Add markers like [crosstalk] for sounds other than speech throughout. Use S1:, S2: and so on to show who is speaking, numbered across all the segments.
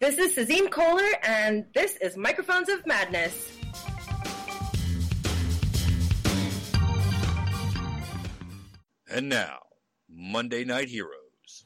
S1: This is Sazim Kohler, and this is Microphones of Madness.
S2: And now, Monday Night Heroes.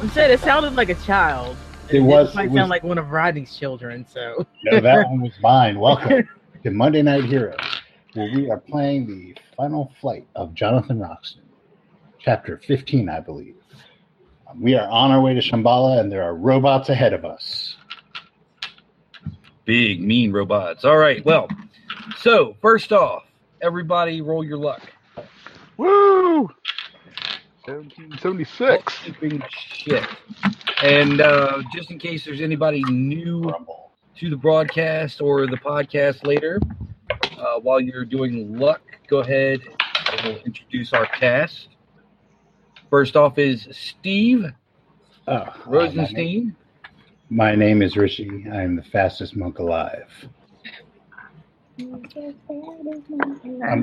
S3: I'm saying it sounded like a child.
S4: It was-
S3: might
S4: it was-
S3: sound like one of Rodney's children. So
S4: No, that one was mine. Welcome to Monday Night Heroes, where we are playing the final flight of Jonathan Roxton, chapter 15, I believe. Um, We are on our way to Shambhala, and there are robots ahead of us.
S5: Big mean robots. All right. Well, so first off, everybody roll your luck.
S6: Woo! 1776.
S5: Housekeeping shit. And uh, just in case there's anybody new
S4: Rumble.
S5: to the broadcast or the podcast later, uh, while you're doing luck, go ahead and we'll introduce our cast. First off is Steve
S4: Oh, uh, my, name,
S5: Rosenstein.
S4: my name is Rishi. I am the fastest monk alive. I'm,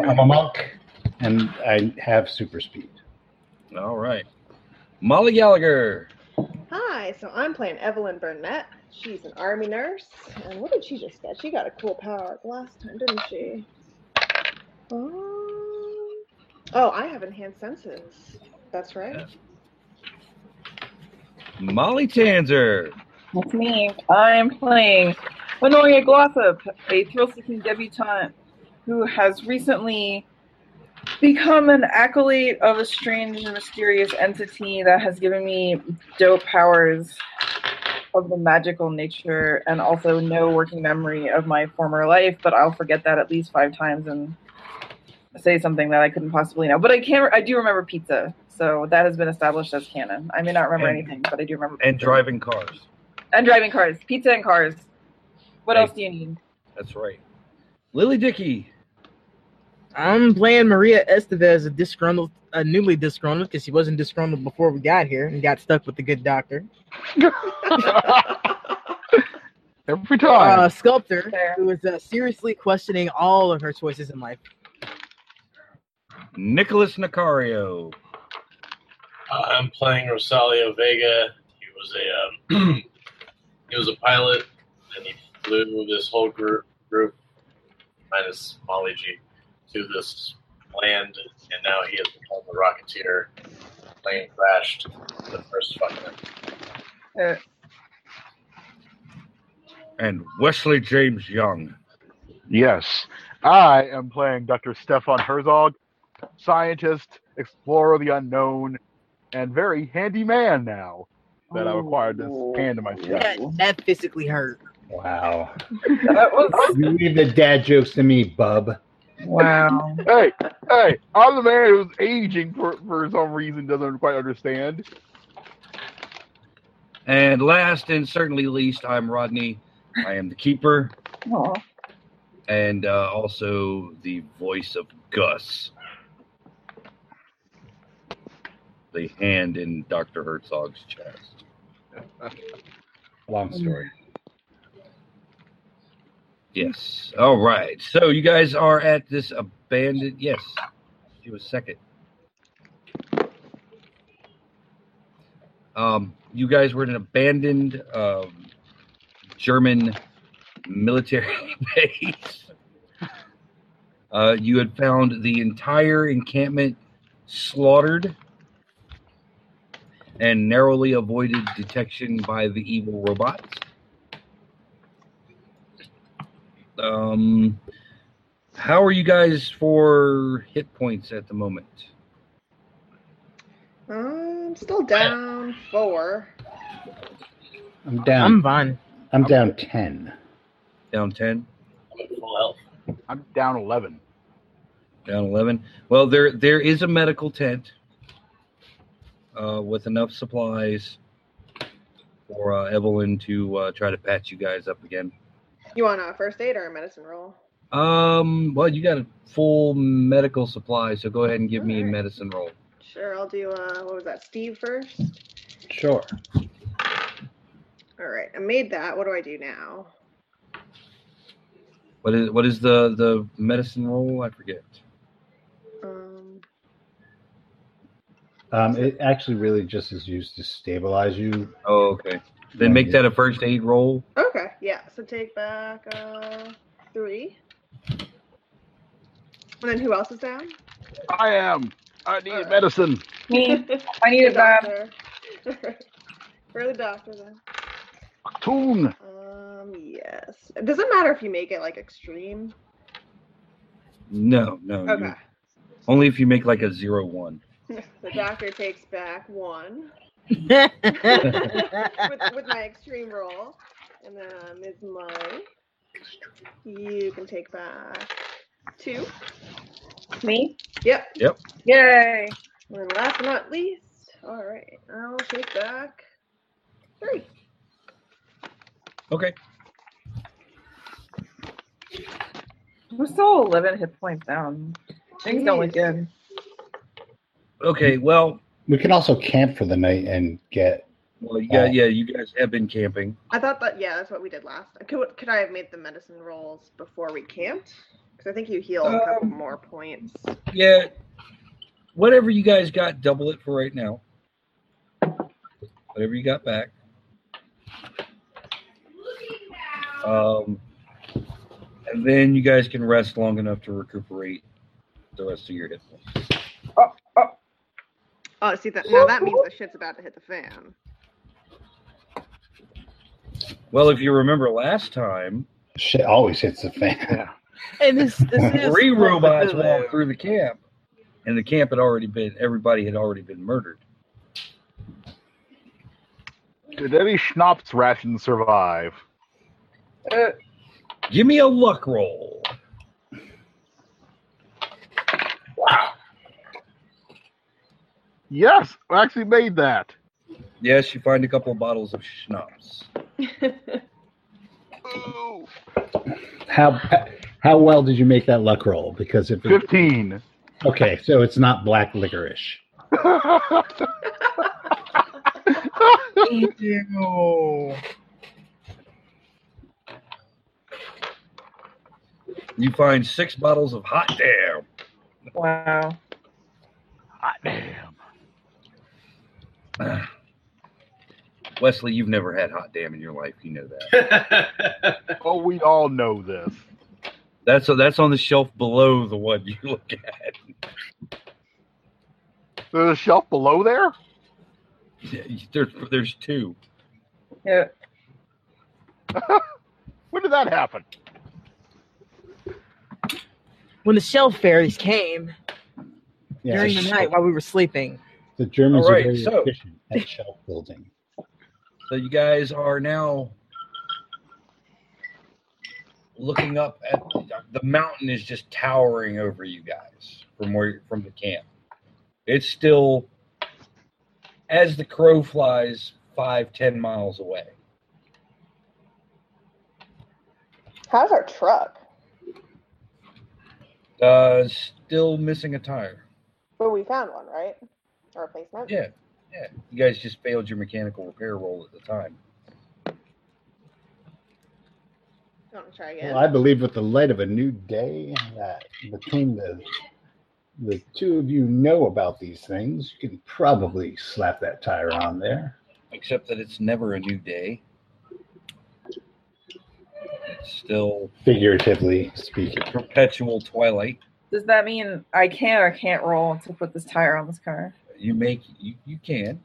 S4: I'm a monk, and I have super speed.
S5: All right. Molly Gallagher.
S7: Hi, so I'm playing Evelyn Burnett. She's an army nurse. And what did she just get? She got a cool power up last time, didn't she? Um, oh, I have enhanced senses. That's right.
S5: Molly Tanzer.
S8: That's me. I'm playing Lenoria Glossop, a thrill-seeking debutante who has recently become an acolyte of a strange and mysterious entity that has given me dope powers of the magical nature and also no working memory of my former life, but I'll forget that at least five times and say something that I couldn't possibly know. But I can I do remember pizza. So that has been established as canon. I may not remember
S5: And-
S8: anything, but I do remember
S5: And
S8: pizza.
S5: driving cars.
S8: And driving cars. Pizza and cars. What
S5: Hey.
S8: else do you need?
S5: That's right. Lily Dickey.
S3: I'm playing Maria Estevez, a disgruntled, a newly disgruntled, because she wasn't disgruntled before we got here and got stuck with the good doctor.
S6: Every
S3: Uh,
S6: time.
S3: sculptor
S8: Fair.
S3: who is uh, seriously questioning all of her choices in life.
S5: Nicholas Nicario.
S9: I'm playing Rosalio Vega. He was a um, [clears throat] he was a pilot, and he flew this whole group group minus Molly G to this land, and now he has become a rocketeer. Plane crashed the first fucking.
S8: Uh,
S5: and Wesley James Young.
S6: yes. I am playing Dr. Stefan Herzog, scientist, explorer of the unknown, and very handy man now that I've acquired this hand in my
S3: That,
S6: strap.
S3: that physically hurt.
S4: Wow.
S8: that was
S4: [laughs] You leave the dad jokes to me, bub.
S6: [laughs]
S8: wow.
S6: Hey, hey, I'm the man who's aging for, for some reason, doesn't quite understand.
S5: And last and certainly least, I'm Rodney. I am the keeper
S8: Aw.
S5: and uh, also the voice of Gus, the hand in Dr. Herzog's chest.
S4: Long story.
S5: Yes. All right. So you guys are at this abandoned. Yes. She was second. Um, you guys were in an abandoned um, German military [laughs] base. Uh, you had found the entire encampment slaughtered and narrowly avoided detection by the evil robots. Um, how are you guys for hit points at the moment?
S7: I'm still down four.
S4: I'm
S3: I'm
S4: down. [laughs]
S3: fine.
S4: I'm down 10.
S5: Down ten,
S9: I'm at full health.
S6: I'm down 11.
S5: down eleven. Well, there there is a medical tent uh, with enough supplies for uh, Evelyn to uh, try to patch you guys up again.
S7: You want a first aid or a medicine roll?
S5: Um, well, you got a full medical supply, so go ahead and give me a
S7: Alright.
S5: medicine roll.
S7: Sure, I'll do, uh, what was that, Steve first?
S4: Sure.
S7: All right, I made that. What do I do now?
S5: What is what is the the medicine roll? I forget.
S7: Um,
S4: Um, it actually really just is used to stabilize you.
S5: Oh, okay. Then make that a first aid roll.
S7: okay, yeah. So take back uh, three. And then who else is down?
S6: I am. I need medicine.
S7: [laughs]
S8: Me, I um, need a bath.
S7: doctor. [laughs] We're the doctor then.
S6: Tune.
S7: Um, yes. It doesn't matter if you make it like extreme.
S5: No, no. you-
S7: Okay.
S5: Only if you make like a zero one.
S7: [laughs] The doctor takes back one with,
S3: All
S7: with my extreme roll. And then Ms. Molly, you can take back two.
S8: Me?
S7: Yep.
S8: Yay!
S7: And then last but not least, all right, I'll take back three.
S5: Okay.
S8: We're still 11 hit points down. Things don't look good.
S5: Okay. Well,
S4: We can also camp for the night and get.
S5: well, yeah, yeah. You guys have been camping.
S7: I thought that, yeah, that's what we did last. Could, could I have made the medicine rolls before we camped? Because I think you heal a couple more points.
S5: Yeah. Whatever you guys got, double it for right now. Whatever you got back. Um, and then you guys can rest long enough to recuperate the rest of your hit points.
S7: Oh, see that now that means the shit's about to hit the fan.
S5: Well, if you remember last time,
S4: Shit always hits the fan.
S6: Yeah.
S3: and this, this is
S5: three robots walked through the camp, and the camp had already been everybody had already been murdered.
S6: Did any schnapps ration survive?
S8: Uh,
S5: Give me a luck roll.
S6: Yes, I actually made that.
S5: Yes, you find a couple of bottles of schnapps.
S6: Ooh.
S4: How how well did you make that luck roll? Because if it,
S6: Fifteen.
S4: okay, so it's not black licorice.
S3: Ew.
S5: You find six bottles of hot damn.
S8: wow.
S6: Hot damn.
S5: Wesley, you've never had hot damn in your life. You know that.
S9: [laughs]
S6: Oh, we all know this.
S5: That's that's on the shelf below the one you look at.
S6: There's a shelf below there.
S5: There's there's two.
S8: Yeah.
S6: When did that happen?
S3: When the shell fairies came
S4: Yeah,
S3: during the night while we were sleeping,
S4: the Germans
S5: All right,
S4: are very
S5: so-
S4: efficient
S3: [laughs]
S4: at shelf building.
S5: So you guys are now looking up at the mountain is just towering over you guys from where from the camp. It's still as the crow flies five ten miles away.
S7: How's our truck?
S5: Uh, still missing a tire.
S7: But we found one, right? A replacement.
S5: Yeah, yeah. You guys just failed your mechanical repair roll at the time.
S7: Don't wanna try again.
S4: Well, I believe with the light of a new day that between the the two of you know about these things, you can probably slap that tire on there.
S5: Except that it's never a new day. It's still
S4: figuratively speaking.
S5: perpetual twilight.
S8: Does that mean I can or can't roll to put this tire on this car?
S5: You make you, you can.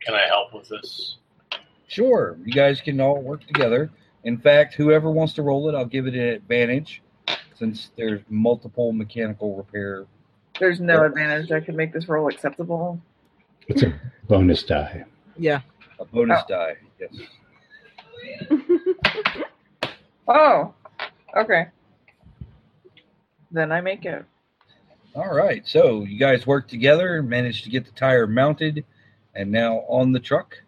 S9: Can I help with this?
S5: Sure. You guys can all work together. In fact, whoever wants to roll it, I'll give it an advantage since there's multiple mechanical repair.
S8: There's no advantage I could make this roll acceptable.
S4: It's a bonus die.
S3: yeah,
S5: A bonus die. Yes.
S8: Oh, okay. Then I make it.
S5: All right. So you guys work together, managed to get the tire mounted, and now on the truck.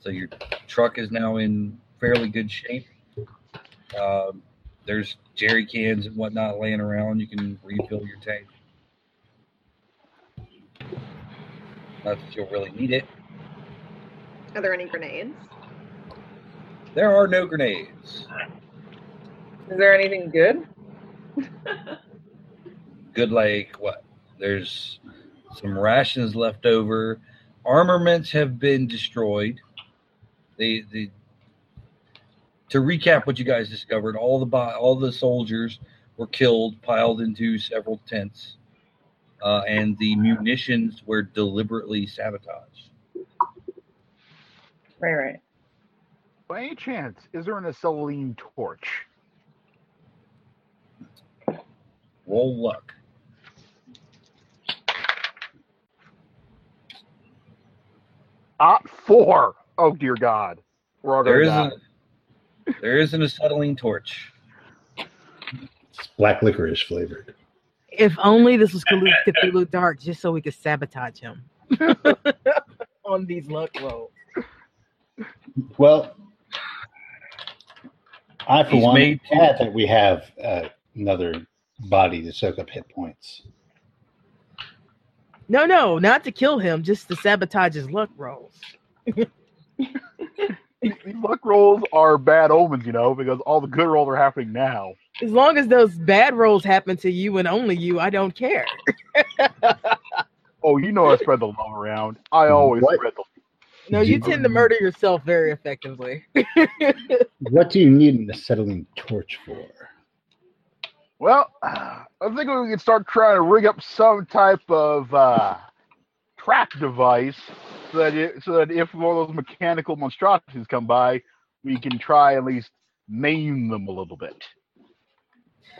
S5: So your truck is now in fairly good shape. Um, there's jerry cans and whatnot laying around. You can refill your tank. Not that you'll really need it.
S7: Are there any grenades?
S5: There are no grenades.
S8: Is there anything good?
S5: Good, like what? There's some rations left over. Armaments have been destroyed. They, the to recap what you guys discovered, all the bo- all the soldiers were killed, piled into several tents, uh, and the munitions were deliberately sabotaged.
S8: Right, right.
S6: By any chance, is there an acetylene torch?
S5: Roll luck.
S6: Ah, four. Oh dear God. We're all
S5: There
S6: going
S5: is
S6: to
S5: a, there is an acetylene torch.
S4: It's black licorice flavored.
S3: If only this was [laughs] Cthulhu, Cthulhu Dark, just so we could sabotage him [laughs] on these luck rolls.
S4: Well, I for
S5: He's
S4: one am
S5: made to-
S4: glad that we have uh, another body to soak up hit points.
S3: No, no, not to kill him, just to sabotage his luck rolls.
S6: These luck rolls are bad omens, you know, because all the good rolls are happening now.
S3: As long as those bad rolls happen to you and only you, I don't care.
S6: Oh, you know I spread the love around. I always
S4: What?
S6: spread the
S3: No, you
S4: You-
S3: tend to murder yourself very effectively.
S4: What do you need an acetylene torch for?
S6: Well, I think we can start trying to rig up some type of uh, track device so that, it, so that if one of those mechanical monstrosities come by, we can try at least maim them a little bit.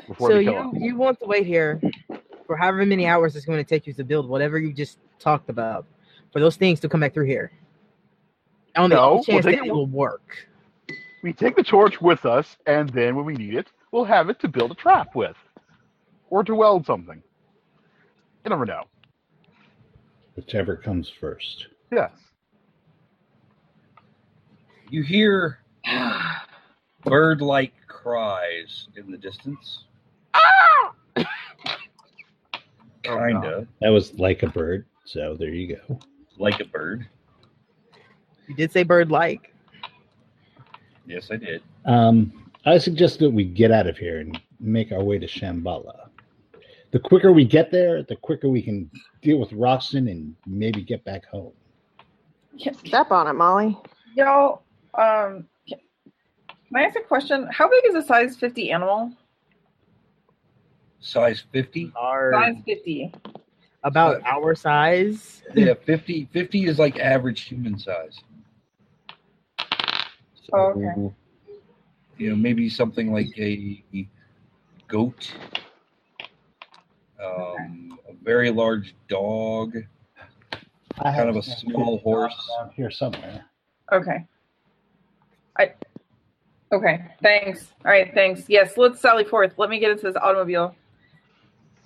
S6: Before
S3: so
S6: they kill
S3: you
S6: us.
S3: you want to wait here for however many hours it's going to take you to build whatever you just talked about for those things to come back through here. On the
S6: No,
S3: off chance
S6: we'll take
S3: that
S6: it-
S3: it will work.
S6: We take the torch with us, and then when we need it, we'll have it to build a trap with, or to weld something. You never know.
S4: Whichever comes first.
S6: Yes.
S5: You hear [sighs] bird-like cries in the
S8: [coughs]
S5: distance.
S6: Oh,
S5: Kinda
S4: That was like a bird. So there you go.
S5: like a bird.
S3: You did say bird like.
S5: Yes, I did.
S4: Um, I suggest that we get out of here and make our way to Shambhala. The quicker we get there, the quicker we can deal with Roxton and maybe get back home.
S7: Step on it, Molly.
S8: Y'all, um, can can I ask a question? How big is a size 50 animal?
S5: Size 50.
S8: Size 50.
S3: About our size.
S5: Yeah, 50, 50 is like average human size. So,
S8: Oh, okay.
S5: You know, maybe something like a goat, um, a very large dog.
S4: I
S5: Kind of
S4: have
S5: a small horse.
S4: around here somewhere.
S8: Okay. I. Okay. Thanks. All right. Thanks. Yes. Let's sally forth. Let me get into this automobile.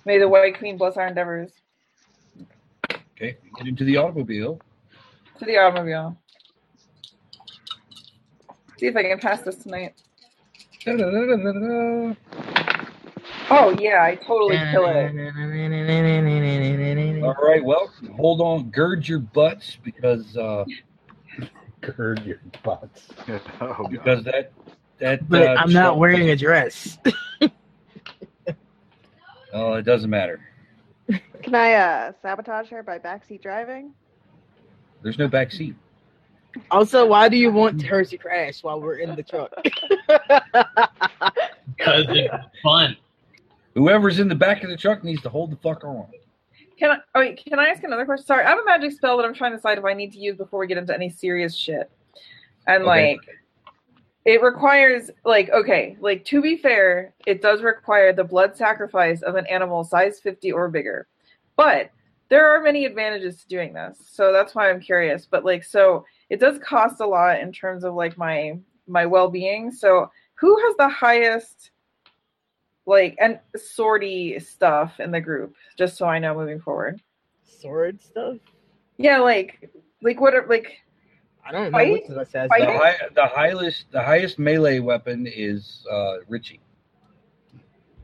S8: May the White Queen bless our endeavors.
S5: Okay, get into the automobile.
S8: To the automobile. See if I can pass this tonight.
S5: Da-da-da-da-da-da.
S8: Oh yeah, I totally kill it.
S5: All right, well, hold on, gird your butts because uh,
S4: Gird your
S6: [laughs]
S4: butts.
S6: oh, God.
S5: because that that.
S3: But
S5: uh,
S3: I'm not
S5: truck-
S3: wearing a dress.
S5: Oh, it doesn't matter.
S7: Can I uh, sabotage her by backseat driving?
S5: There's no back seat.
S3: Also, why do you want her to crash while we're in the truck?
S9: Because it's fun.
S5: Whoever's in the back of the truck needs to hold the fuck on.
S8: Can I? Oh, wait, can I ask another question? Sorry, I have a magic spell that I'm trying to decide if I need to use before we get into any serious shit. And
S5: Okay.
S8: like, it requires like okay, like to be fair, it does require the blood sacrifice of an animal size 50 or bigger. But there are many advantages to doing this, so that's why I'm curious. But like, so it does cost a lot in terms of like my my well being. So who has the highest? Like and sortie stuff in the group, just so I know moving forward.
S3: Sword stuff?
S8: Yeah, like, like what? Are, like,
S3: I don't know
S8: Fight?
S3: what that says.
S5: The,
S8: Fight?
S5: high, the highest, the highest melee weapon is uh, Richie.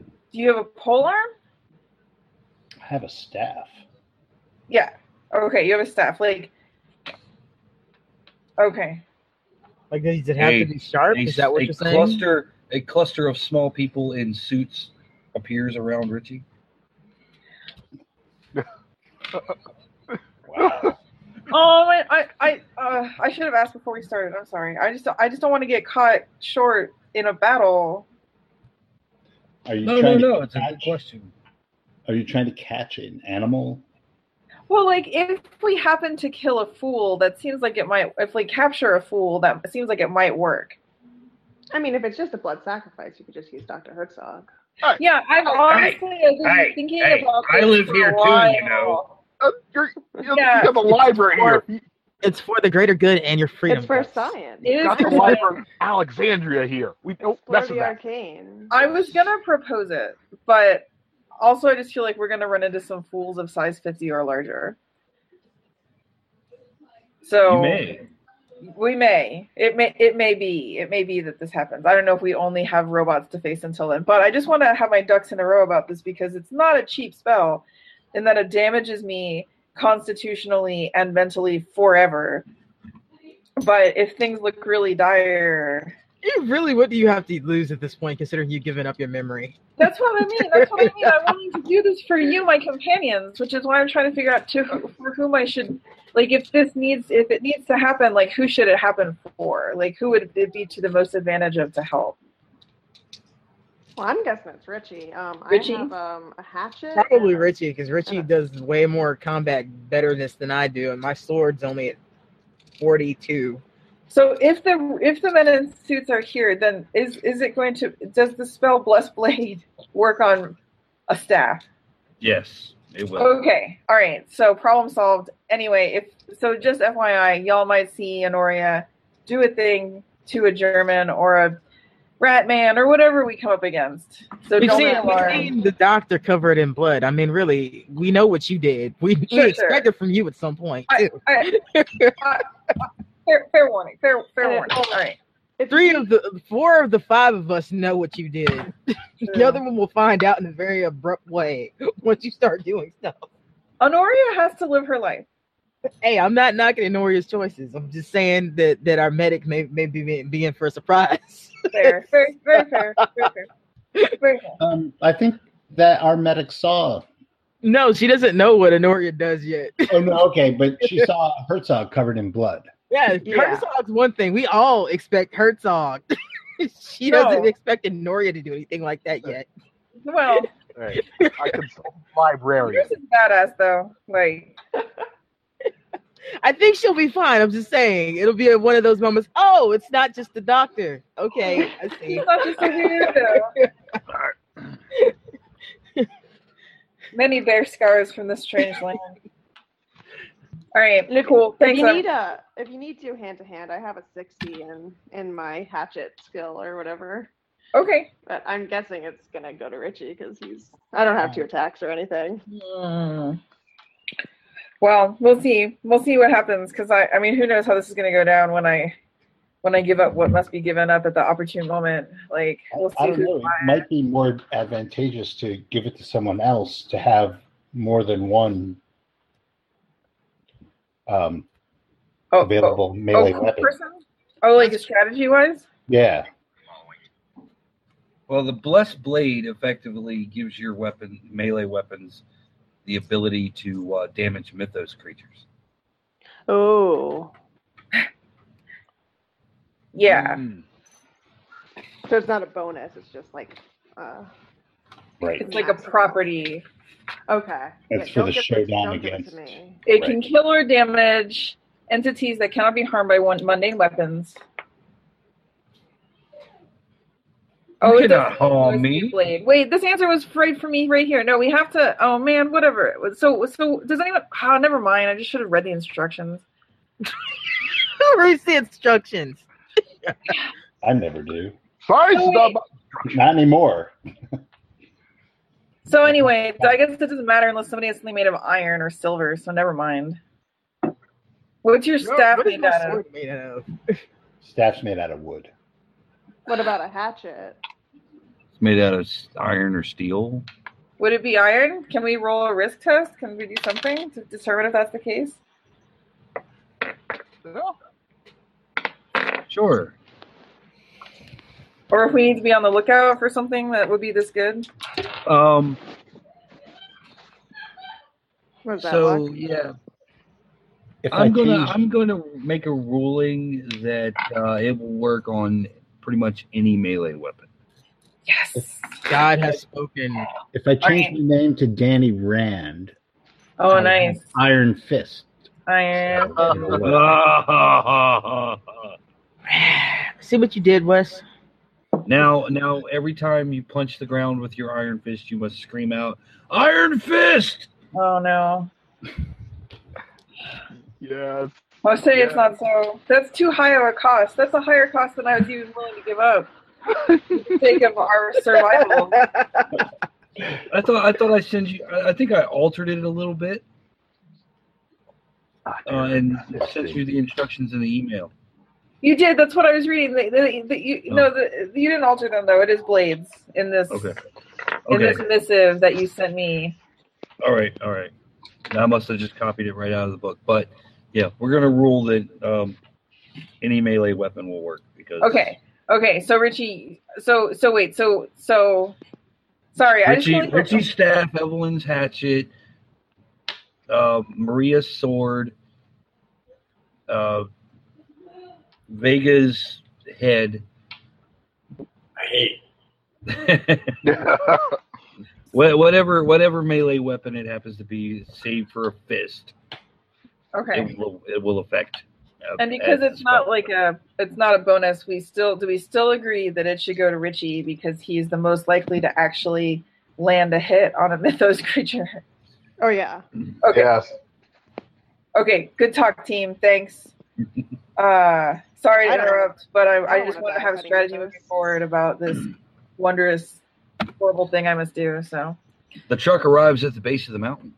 S8: do you have a pole arm?
S4: I have a staff.
S8: Yeah. Okay, you have a staff. Like, okay.
S3: Like, does it have
S5: Hey,
S3: to be sharp?
S5: A-
S3: Is that what
S5: a
S3: you're saying?
S5: cluster, a cluster of small people in suits appears around Richie.
S4: Wow.
S8: Oh, my, I, I, uh, I should have asked before we started. I'm sorry. I just, don't, I just don't want to get caught short in a battle.
S4: Are you
S5: No, no,
S4: trying
S5: no.
S4: to
S5: It's a good
S4: catch,
S5: question.
S4: Are you trying to catch an animal?
S8: Well, like if we happen to kill a fool, that seems like it might. If we capture a fool, that seems like it might work.
S7: I mean, if it's just a blood sacrifice, you could just use Dr. Herzog.
S8: Yeah, I've honestly I've been
S5: hey,
S8: thinking
S5: hey,
S8: about.
S5: I
S8: this
S5: live
S8: for
S5: here
S8: a
S5: too,
S8: while.
S5: you know.
S6: Uh, you're, you
S8: Yeah.
S6: have a library here.
S3: It's for the greater good and your freedom.
S7: It's for
S3: folks.
S7: science.
S8: It is
S6: Got the
S8: for-
S6: library of Alexandria here. We don't
S7: Explore
S6: mess with
S7: the
S6: that.
S7: arcane.
S8: I was gonna propose it, but also I just feel like we're gonna run into some fools of size fifty or larger. So
S5: You may.
S8: we may. It may. It may be. It may be that this happens. I don't know if we only have robots to face until then, but I just want to have my ducks in a row about this because it's not a cheap spell, and that it damages me constitutionally and mentally forever. But if things look really dire,
S3: You really, what do you have to lose at this point, considering you've given up your memory?
S8: That's what I mean. That's what I mean. I'm willing to do this for you, my companions, which is why I'm trying to figure out to who, for whom I should. Like, if this needs, if it needs to happen, like, who should it happen for? Like, who would it be to the most advantage of to help?
S7: Well, I'm guessing it's Richie. Um,
S8: Richie?
S7: I have um, a hatchet.
S3: Probably
S7: and-
S3: Richie, because Richie does way more combat betterness than I do, and my sword's only at 42.
S8: So, if the if the men in suits are here, then is is it going to? Does the spell Bless Blade [laughs] work on a staff?
S5: Yes, it will.
S8: Okay. All right. So problem solved. Anyway, if so, just FYI, y'all might see Anoria do a thing to a German or a rat man or whatever we come up against. So
S3: We've
S8: don't be
S3: seen, we've
S8: alarmed.
S3: seen the doctor covered in blood. I mean, really, we know what you did. We, we
S8: Sure, sure.
S3: expected from you at some point,
S8: I-
S3: too.
S8: I- I- fair, fair warning. Fair, fair warning. All right.
S7: It's
S3: Three of the four of the five of us know what you did. The other one will find out in a very abrupt way [laughs] once you start doing stuff.
S8: Honoria has to live her life.
S3: Hey, I'm not knocking Noria's choices. I'm just saying that that our medic may, may be, be in for a surprise. [laughs]
S8: Fair, fair, very fair, very fair.
S3: [laughs]
S8: Very fair.
S4: Um, I think that our medic saw.
S3: No, she doesn't know what Honoria does yet. [laughs]
S4: Oh no, okay, but she saw Herzog covered in blood.
S3: Yeah,
S7: Yeah.
S3: Herzog's one thing. We all expect Herzog. [laughs] she
S8: No.
S3: doesn't expect Noria to do anything like that yet.
S8: Well,
S6: Hey, I
S4: [laughs]
S6: consult librarian.
S8: yours is badass though. Like,
S3: I think she'll be fine. I'm just saying it'll be one of those moments. Oh, it's not just the doctor. Okay, I [laughs] see.
S8: he's not just a weirdo. [laughs] Many bear scars from this strange land. All right,
S7: If-
S8: cool.
S7: If
S8: Thanks.
S7: you
S8: I'm-
S7: need a, if you need to hand to hand, I have a sixty in in my hatchet skill or whatever.
S8: okay.
S7: But I'm guessing it's gonna go to Richie because he's. I don't have two attacks or anything.
S8: Well, we'll see. We'll see what happens because I, I mean, who knows how this is going to go down when I, when I give up what must be given up at the opportune moment. Like, we'll
S4: I
S8: see.
S4: don't
S8: Who,
S4: know. It might be more advantageous to give it to someone else to have more than one um,
S8: oh,
S4: available
S8: Oh,
S4: melee
S8: oh, cool
S4: weapon.
S8: person. Oh, like strategy wise.
S4: Yeah.
S5: Well, the blessed blade effectively gives your weapon melee weapons the ability to uh, damage mythos creatures.
S7: Oh.
S8: Yeah.
S4: Hmm.
S5: Mm.
S7: So it's not a bonus. It's just like. Uh,
S4: Right.
S8: It's like a property.
S7: Okay.
S4: That's for
S7: don't
S4: the
S7: give this-
S4: showdown
S7: don't give it to
S4: against-
S7: me.
S8: It can kill or damage entities that cannot be harmed by one mundane weapons.
S5: You
S8: Oh, it
S5: cannot
S8: doesn't-
S5: harm
S8: it's
S5: me.
S8: the Blade. Wait, this answer was right for me right here. No, we have to. Oh man, whatever. It was- So, so does anyone? Ah, never mind. I just should have read the instructions.
S3: Read the instructions.
S4: I never do.
S6: Science
S8: Oh,
S6: is not
S8: wait.
S6: my-
S4: Not anymore.
S8: So anyway, I guess it doesn't matter unless somebody has something made of iron or silver. So never mind. What's your staff
S3: What is
S8: made
S3: my
S8: out of?
S3: sword made out of?
S4: Staff's made out of wood.
S7: What about a hatchet?
S5: It's made out of s- iron or steel.
S8: Would it be iron? Can we roll a risk test? Can we do something to determine if that's the case?
S5: Sure.
S8: Or if we need to be on the lookout for something that would be this good?
S5: Um,
S7: What is that?
S5: so
S7: luck?
S5: yeah,
S4: If I
S5: I'm gonna
S4: change-
S5: I'm gonna make a ruling that uh, it will work on pretty much any
S4: [laughs]
S5: melee weapon.
S8: Yes.
S3: God has spoken.
S4: if I change
S8: Alright.
S4: my name to Danny Rand,
S8: Oh,
S4: I'll have
S8: nice.
S4: Iron
S6: [laughs]
S4: Fist.
S8: Iron.
S4: It'll work.
S3: See what you did, Wes.
S5: Now, now, every time you punch the ground with your iron fist, you must scream out, "Iron fist!"
S8: Oh, no.
S6: Yes.
S8: I'll say it's
S6: Yeah.
S8: not so. That's too high of a cost. That's a higher cost than I was even willing to
S6: [laughs]
S8: give up. for the sake of our survival.
S5: I thought I thought I sent you. I, I think I altered it a little bit
S4: Ah,
S5: uh, and sent you the instructions in the email.
S8: You did. That's what I was reading. The, the, the, you
S5: Oh.
S8: no, the, you didn't alter them though. It is blades in this
S5: Okay.
S8: in
S5: Okay.
S8: this missive that you sent me.
S5: All right. All right. I must have just copied it right out of the book, but yeah, we're gonna rule that um, any melee weapon will work because
S8: Okay. Okay. So Richie. So so wait. So so. Sorry.
S5: Richie,
S8: I just really-
S5: Richie's staff, Evelyn's hatchet, uh, Maria's sword, uh, Vega's head.
S9: I hate.
S6: [laughs]
S9: [laughs]
S5: Wha- whatever, whatever melee weapon it happens to be, save for a fist,
S8: Okay.
S5: it will it will affect. uh,
S8: And because
S5: at
S8: it's
S5: the
S8: not
S5: spot.
S8: like a it's not a bonus, we still do we still agree that it should go to Richie because he's the most likely to actually land a hit on a [laughs] mythos creature.
S7: Oh yeah.
S8: Okay.
S6: Yes.
S8: Okay, good talk,
S4: [laughs]
S8: team. Thanks. uh, sorry to
S7: I don't-
S8: interrupt, but I,
S7: I
S8: I,
S7: don't
S8: just
S7: wanna
S8: want to
S7: die
S8: have
S7: fighting
S8: strategy
S7: mythos.
S8: moving forward
S4: [clears throat]
S8: about this wondrous, horrible thing I must do. So,
S5: the truck arrives at the base of the mountain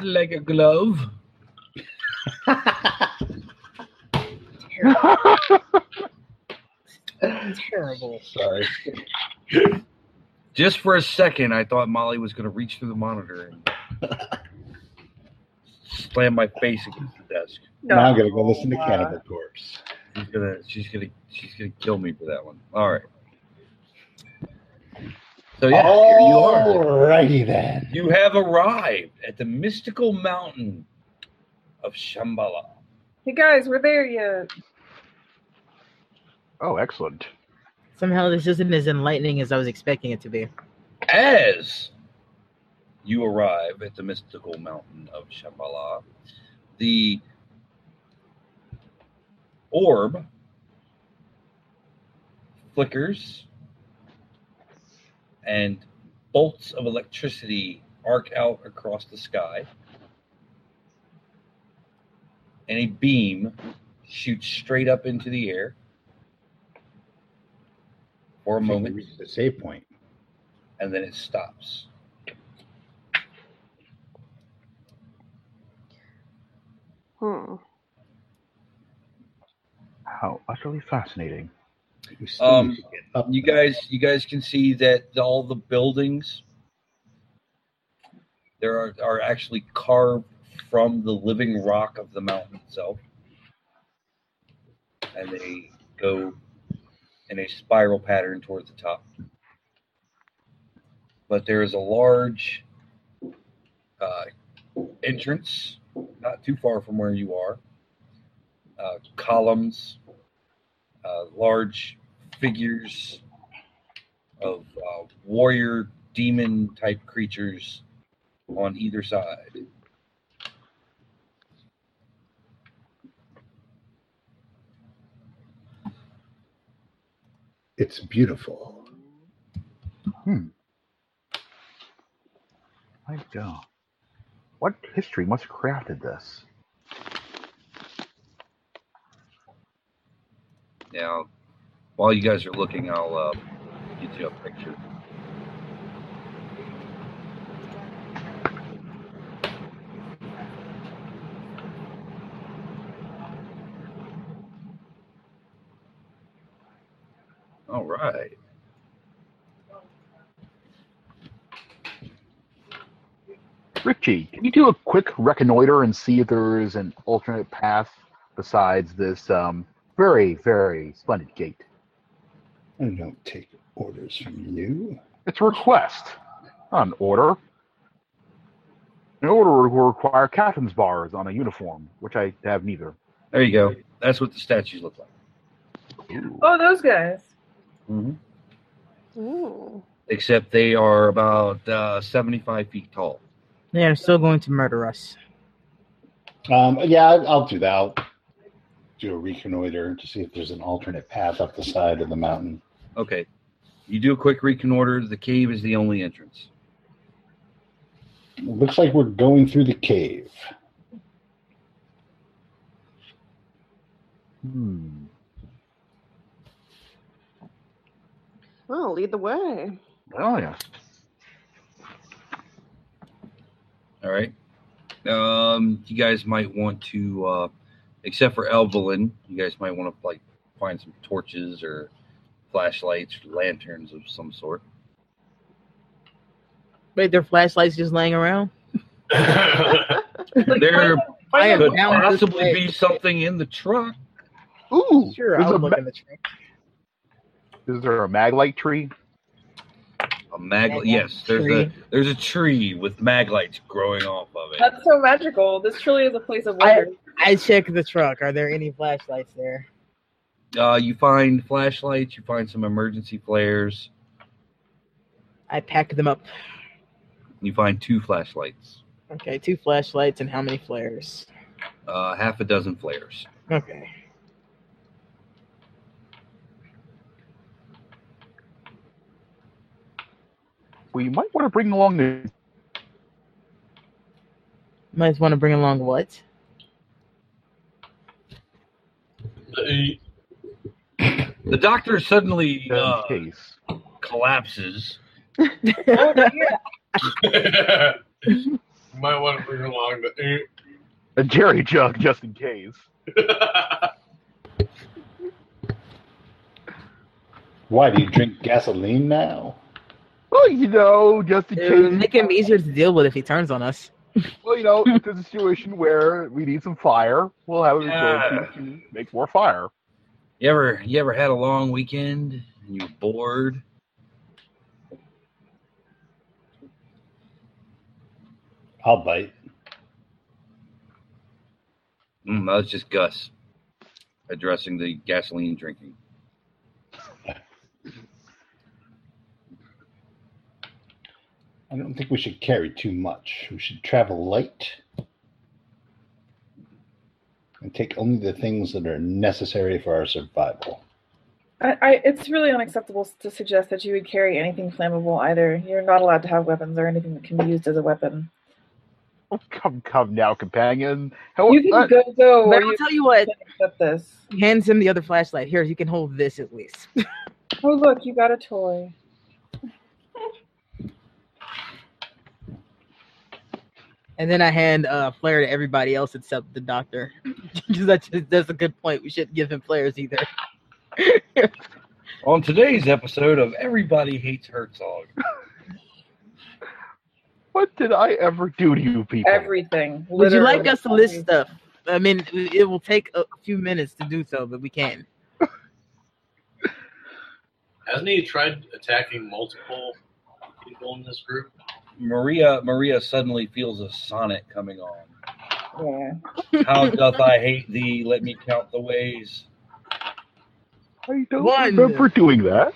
S5: like a glove.
S3: Terrible.
S4: Sorry.
S5: Just for a second, I thought Molly was going to reach through the monitor and slam my face against the desk.
S8: no.
S4: Now I'm gonna go listen to
S8: Uh,
S4: Cannibal Corpse.
S5: She's gonna, she's gonna, she's gonna kill me for that one. All right.
S6: Oh,
S5: So yeah,
S4: Oh.
S5: here you are.
S4: Alrighty then.
S5: You have arrived at the mystical mountain of Shambhala.
S8: Hey guys, we're there yet.
S6: Oh, excellent.
S3: Somehow this isn't as enlightening as I was expecting it to be.
S5: As you arrive at the mystical mountain of Shambhala, the orb flickers and bolts of electricity arc out across the sky, and a beam shoots straight up into the air for a
S4: I think we
S5: moment
S4: reached the save point.
S5: and then it stops.
S7: Hmm.
S6: How utterly fascinating.
S4: We still
S5: Um,
S4: need to get up
S5: You
S4: there.
S5: guys, you guys can see that all the buildings there are, are actually carved from the living rock of the mountain itself, and they go in a spiral pattern toward the top. But there is a large uh, entrance, not too far from where you are. Uh, columns, uh, large figures of uh, warrior demon type creatures on either side.
S4: It's beautiful.
S6: Hmm. My God. What history must have crafted this?
S5: Now, while you guys are looking, I'll uh, get you a picture. All right.
S6: Richie, can you do a quick reconnoiter and see if there is an alternate path besides this um, very, very splendid gate?
S4: I don't take orders from you.
S6: It's a request, not an order. An order will require captain's bars on a uniform, which I have neither.
S5: There you go. That's what the statues look like.
S8: Oh, those guys.
S7: Ooh.
S5: Except they are about uh, 75 feet tall.
S3: They are still going to murder us.
S4: Um, yeah, I'll, I'll do that. I'll do a reconnoiter to see if there's an alternate path up the side of the mountain.
S5: Okay. You do a quick reconnoiter. The cave is the only entrance.
S4: It looks like we're going through the cave.
S6: Hmm.
S7: Oh, lead the way.
S6: Oh, yeah.
S5: All right. Um, you guys might want to, uh, except for Elvelyn, you guys might want to like find some torches or flashlights, lanterns of some sort.
S3: Wait, their flashlights just laying around?
S5: There
S3: I am
S5: could
S3: down this
S5: possibly
S3: way.
S5: be something in the truck.
S6: Ooh,
S3: Sure,
S6: there's, a
S3: I'll look
S6: ma-
S3: in the tree.
S6: is there a maglite tree?
S5: A mag.
S3: Maglite
S5: Yes, there's a
S3: tree.
S5: there's a tree with maglites growing off of it.
S8: That's so magical. This truly is a place of
S3: I-
S8: wonder.
S3: I check the truck. Are there any flashlights there?
S5: Uh, you find flashlights. You find some emergency flares.
S3: I pack them up.
S5: You find two flashlights,
S3: Okay, two flashlights and how many flares?
S5: uh, half a dozen flares.
S3: Okay.
S6: We might want to bring along the
S3: Might want to bring along [laughs] what?
S5: The doctor suddenly
S6: in
S5: uh,
S6: case.
S5: collapses.
S8: Oh, dear.
S9: You might want to bring along the.
S6: A jerry jug just in case.
S4: [laughs] Why do you drink gasoline now?
S6: Well, you know, just in
S3: It would
S6: case.
S3: make him easier to deal with if he turns on us.
S6: Well, you know, if there's a situation where we need some fire, we'll have a
S5: Yeah.
S6: resource to make more fire.
S5: You ever you ever had a long weekend and you were bored?
S4: I'll bite.
S5: Mm, that was just Gus addressing the gasoline drinking.
S4: I don't think we should carry too much. We should travel light and take only the things that are necessary for our survival.
S8: I, I, it's really unacceptable to suggest that you would carry anything flammable either. You're not allowed to have weapons or anything that can be used as a weapon.
S6: Oh, come, come now, companion.
S3: Oh,
S6: How,
S8: you can
S6: uh,
S8: go go
S3: But
S8: or
S3: I'll
S8: Oh, you
S3: tell you what.
S8: [laughs] can accept this.
S3: Hands him the other flashlight. Here, you can hold this at least.
S8: Oh look, you got a toy.
S3: And then I hand uh, flare to everybody else except the doctor. [laughs] 'Cause that's, that's a good point. We shouldn't give him flares either.
S5: On today's episode of Everybody Hates Herzog.
S6: what did I ever do to you people?
S8: Everything.
S3: Would you like
S8: literally.
S3: us to list stuff? I mean, it will take a few minutes to do so, but we can.
S9: Hasn't he tried attacking multiple people in this group?
S5: Maria Maria suddenly feels a sonnet coming on.
S8: Yeah.
S5: How doth I hate thee? Let me count the ways.
S6: I don't
S3: One.
S6: remember doing that.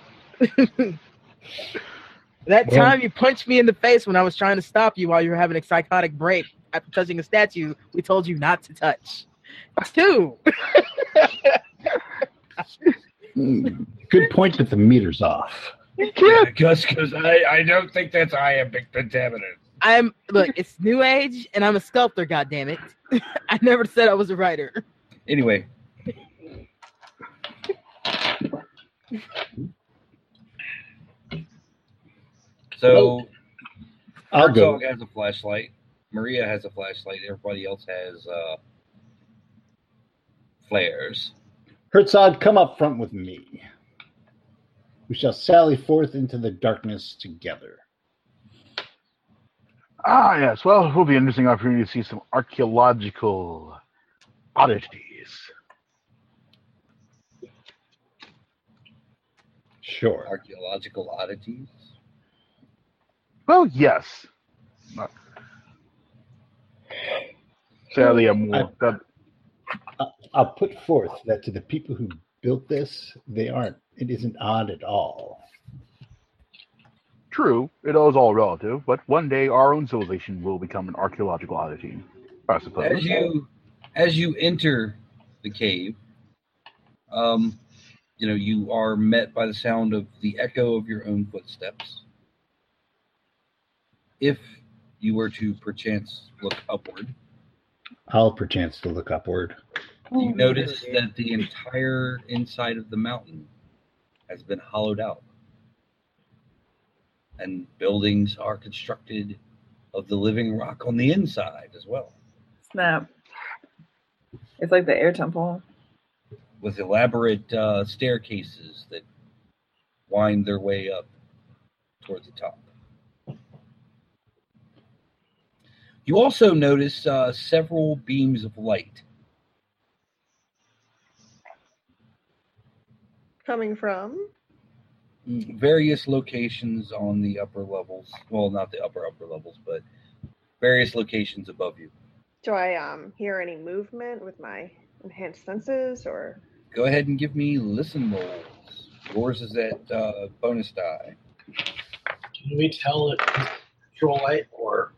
S3: That
S4: Well-
S3: time you punched me in the face when I was trying to stop you while you were having a psychotic break after touching a statue we told you not to touch. Two.
S4: Hmm, Good point that the meter's off.
S6: You can't.
S5: Gus goes, I, I don't think that's iambic pentameter.
S3: I'm look, it's new age and I'm a sculptor, God damn it! [laughs] I never said I was a writer.
S5: Anyway, so
S4: I'll go.
S5: Herzog has a flashlight. Maria has a flashlight. Everybody else has uh, flares.
S4: Herzog, come up front with me. We shall sally forth into the darkness together.
S6: Ah, yes. Well, it will be an interesting opportunity to see some archaeological oddities.
S4: Sure.
S5: Archaeological oddities.
S6: Well, yes. Not- Sadly, I'm
S4: I-
S6: that-
S4: I'll put forth that to the people who built this, they aren't. It isn't odd at all.
S6: true. It is all relative, but one day our own civilization will become an archaeological oddity, I suppose.
S5: As you as you enter the cave, um, you know you are met by the sound of the echo of your own footsteps. If you were to perchance look upward,
S4: I'll perchance to look upward.
S8: Oh,
S5: you notice that the entire inside of the mountain has been hollowed out, and buildings are constructed of the living rock on the inside as well.
S8: Snap. It's like the air temple.
S5: with elaborate uh, staircases that wind their way up toward the top. You also notice uh, several beams of light
S7: Coming from?
S5: various locations on the upper levels. Well, not the upper upper levels, but various locations above you.
S7: Do I um hear any movement with my enhanced senses or
S5: Go ahead and give me listen rolls. Yours is at uh, bonus die.
S9: Can we tell if it's natural light or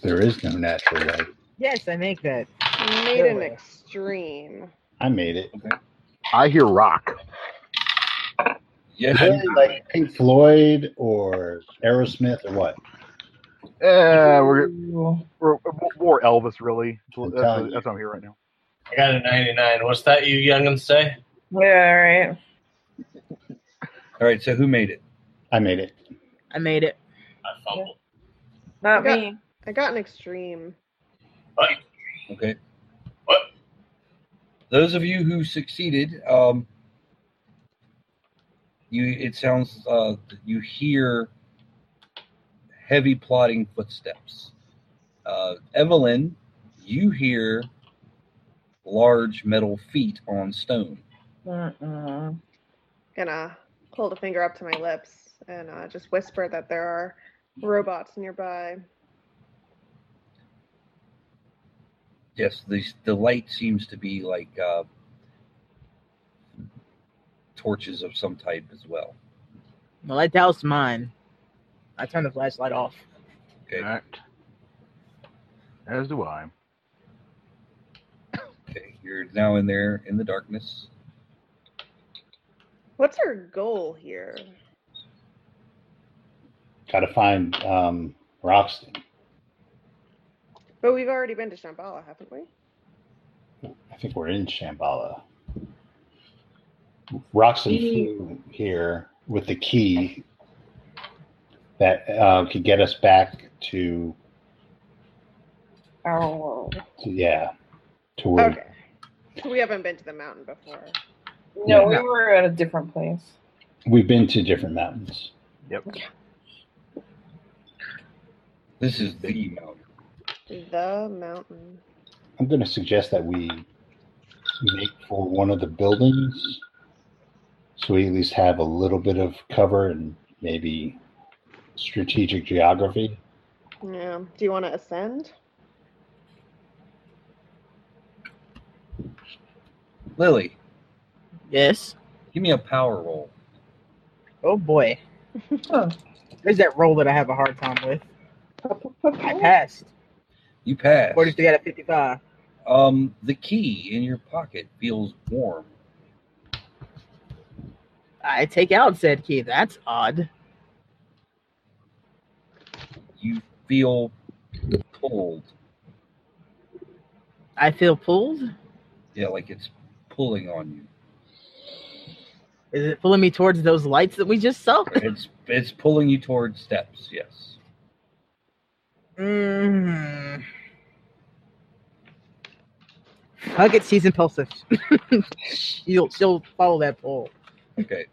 S4: There is no natural light.
S3: Yes, I make that.
S7: made an
S3: Really?
S7: extreme?
S4: I made it.
S6: I hear rock.
S5: Yes,
S4: Is it like Pink Floyd or Aerosmith or what?
S6: Eh, we're,
S8: Ooh.
S6: we're more Elvis, really.
S4: I'm
S6: That's,
S4: telling you.
S6: that's what I'm hearing right now.
S9: I got a 99. What's that you youngins say?
S8: Yeah, right.
S5: All right. So who made it?
S4: I made it.
S3: I made it.
S9: I fumbled.
S8: Not
S7: Yeah.
S8: me.
S7: I got an extreme.
S5: Okay.
S9: What?
S5: Those of you who succeeded, um, you it sounds uh, you hear heavy plodding footsteps. Uh, Evelyn, you hear large metal feet on stone.
S8: Mm-mm.
S7: Gonna hold uh, a finger up to my lips and uh, just whisper that there are robots nearby.
S5: Yes, the the light seems to be like uh, torches of some type as well.
S3: Well, I doused mine. I turned the flashlight off.
S5: Okay.
S6: All right. As do I.
S5: Okay, you're now in there in the darkness.
S7: What's our goal here?
S4: Got to find um, Roxton.
S7: But we've already been to Shambhala, haven't we?
S4: I think we're in Shambhala. Roxton flew here with the key that uh, could get us back to,
S8: Ow.
S4: to yeah to where
S7: Okay. So we haven't been to the mountain before.
S8: No, we were at a different place.
S4: we've been to different mountains.
S6: Yep.
S5: This is the mountain.
S7: The mountain.
S4: I'm going to suggest that we make for one of the buildings so we at least have a little bit of cover and maybe strategic geography.
S7: Yeah. Do you want to ascend?
S5: Lily,
S3: Yes.
S5: give me a power roll.
S3: Oh boy.
S8: Huh.
S3: There's that roll that I have a hard time with. I passed.
S5: You pass.
S3: 43 out of 55.
S5: Um, the key in your pocket feels warm.
S3: I take out said key. That's odd.
S5: You feel pulled.
S3: I feel pulled.
S5: Yeah, like it's pulling on you.
S3: Is it pulling me towards those lights that we just saw?
S5: It's it's pulling you towards steps. Yes.
S3: Mm. I'll get she's [laughs] impulsive. she'll she'll follow that pull
S5: Okay.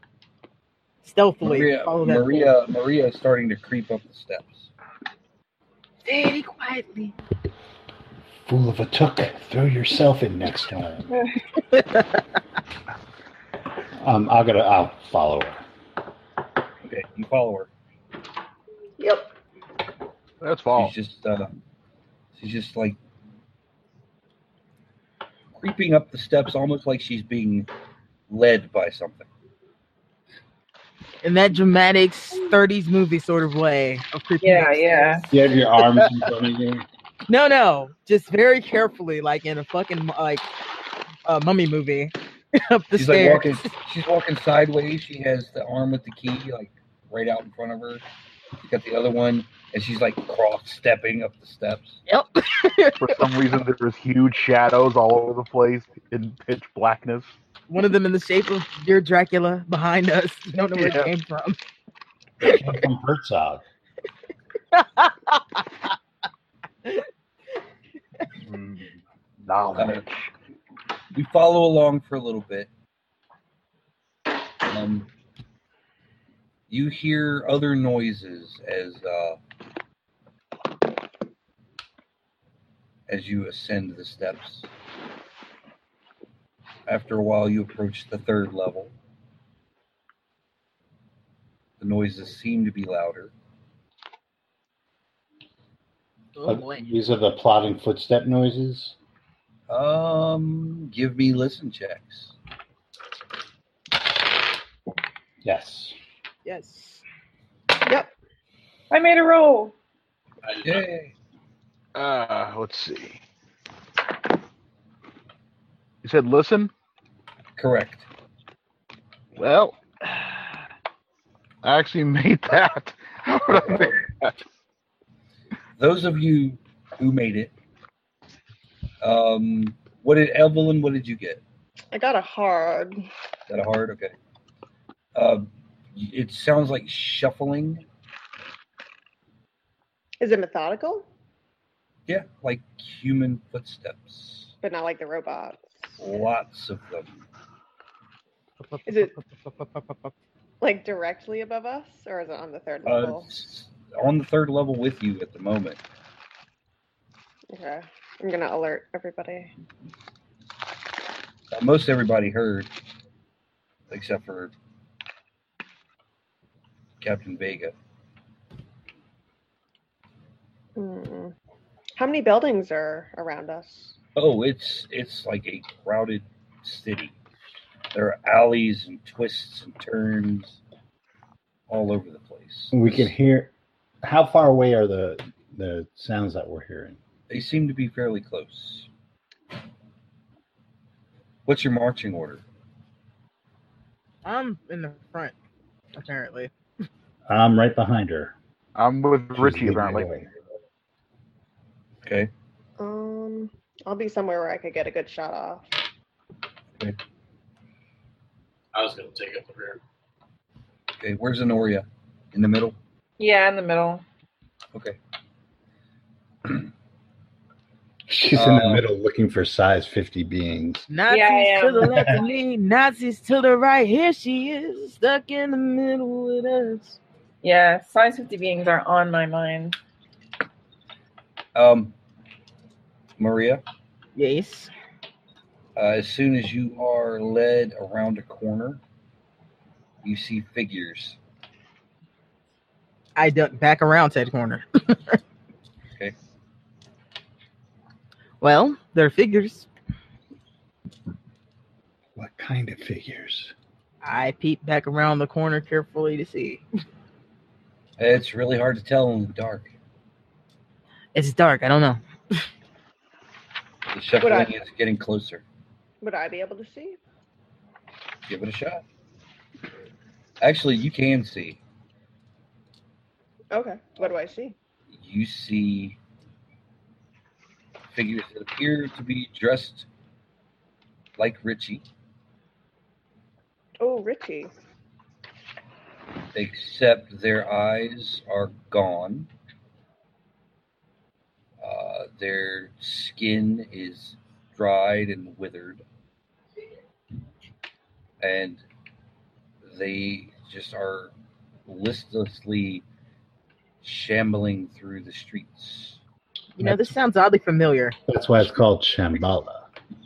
S3: stealthily.
S5: Maria
S3: follow that pull.
S5: Maria Maria is starting to creep up the steps.
S8: very quietly.
S4: Fool of a took, throw yourself in
S6: [laughs]
S4: next time. um, I'll gotta, I'll follow her.
S5: Okay, you follow her.
S7: Yep.
S6: That's fall.
S5: She's just uh, she's just like creeping up the steps, almost like she's being led by something.
S3: in that dramatic 30s movie sort of way of creeping.
S8: Yeah,
S3: up.
S8: yeah.
S4: You have your arms in front of you.
S3: No, no, just very carefully, like in a fucking like uh, mummy movie. [laughs] up the
S5: she's
S3: stairs.
S5: like walking. She's walking sideways. She has the arm with the key like right out in front of her. She's got the other one, and she's like cross stepping up the steps.
S6: For some reason, there's huge shadows all over the place [laughs] in pitch blackness.
S3: [laughs] One of them in the shape of dear Dracula behind us. [laughs] You don't know where
S6: Yeah.
S3: it came from.
S4: It came From Herzog.
S6: [laughs] Mm, Knowledge.
S5: we follow along for a little bit. Um, you hear other noises as uh, as you ascend the steps. After a while, you approach the third level. The noises seem to be louder.
S3: Oh
S5: Uh,
S3: boy.
S4: These are the plodding footstep noises.
S5: Um, give me listen checks.
S4: Yes.
S3: Yes.
S8: I made a roll.
S9: I did not-
S5: Yay!
S6: Uh, let's see. You said listen?
S5: Correct.
S6: Well, I actually [laughs] made that. How would I make that?
S5: those of you who made it, um, what did Evelyn? What did you get?
S7: I got a hard.
S5: Is that a hard? Okay. Um, y- it sounds like shuffling.
S7: Is it methodical?
S5: Yeah, like human footsteps.
S7: But not like the robots.
S5: Lots of them.
S7: Is it- Like directly above us, or is it on the third
S5: Uh,
S7: level?
S5: s- on the third level with you at the moment.
S7: okay. I'm gonna alert everybody.
S5: Uh, most everybody heard, except for Captain Vega.
S7: Mm. How many buildings are around us?
S5: Oh, it's it's like a crowded city. There are alleys and twists and turns all over the place.
S4: [laughs] We can hear. How far away are the the sounds that we're hearing?
S5: They seem to be fairly close. What's your marching order?
S3: I'm in the front, apparently.
S4: I'm right behind her.
S6: I'm with
S4: She's
S6: Richie,
S4: leading the
S6: apparently.
S4: way.
S5: Okay.
S7: Um, I'll be somewhere where I could get a good shot off.
S9: I was going to take up the rear.
S5: Okay. Where's Honoria? In the middle.
S8: Yeah, in the middle.
S5: Okay.
S4: She's in the
S5: Uh,
S4: middle looking for size 50 beings.
S3: Nazis
S8: Yeah, I
S3: to
S8: am.
S3: the left of me, Nazis to the right. Here she is, stuck in the middle with us.
S8: Yeah, size 50 beings are on my
S3: [laughs]
S8: mind.
S5: Um, Maria,
S3: Yes.
S5: uh, as soon as you are led around a corner, you see figures.
S3: I duck back around Ted
S8: [laughs]
S3: Corner.
S5: Okay.
S3: Well, they're figures.
S4: What kind of figures?
S3: I peep back around the corner carefully to see.
S5: It's really hard to tell in the dark.
S3: It's dark. I don't know.
S5: The shuffling is getting closer.
S7: Would I be able to see?
S5: Give it a shot. Actually, you can see.
S7: Okay. What do I see?
S5: You see figures that appear to be dressed like Richie,
S7: Oh, Richie.
S5: except their eyes are gone. Uh, their skin is dried and withered. And they just are listlessly shambling through the streets.
S3: You know, this sounds oddly familiar.
S4: That's why it's called Shambhala.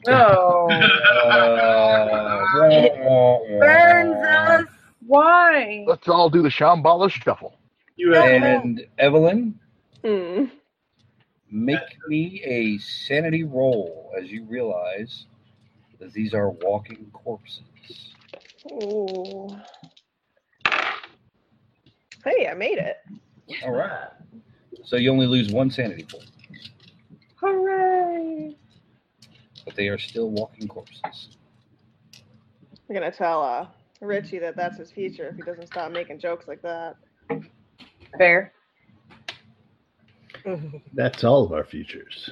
S5: Uh,
S8: Oh,
S1: Burns us.
S3: [laughs]
S8: why?
S6: Let's all do the Shambhala shuffle.
S9: You have
S5: And Evelyn,
S7: Hmm.
S5: make me a sanity roll as you realize that these are walking corpses.
S7: Ooh. Hey, I made it.
S5: All right. So you only lose one sanity point,
S7: Hooray!
S5: but they are still walking corpses.
S7: We're gonna tell uh, Richie that that's his future if he doesn't stop making jokes like that.
S8: Fair.
S4: That's all of our futures.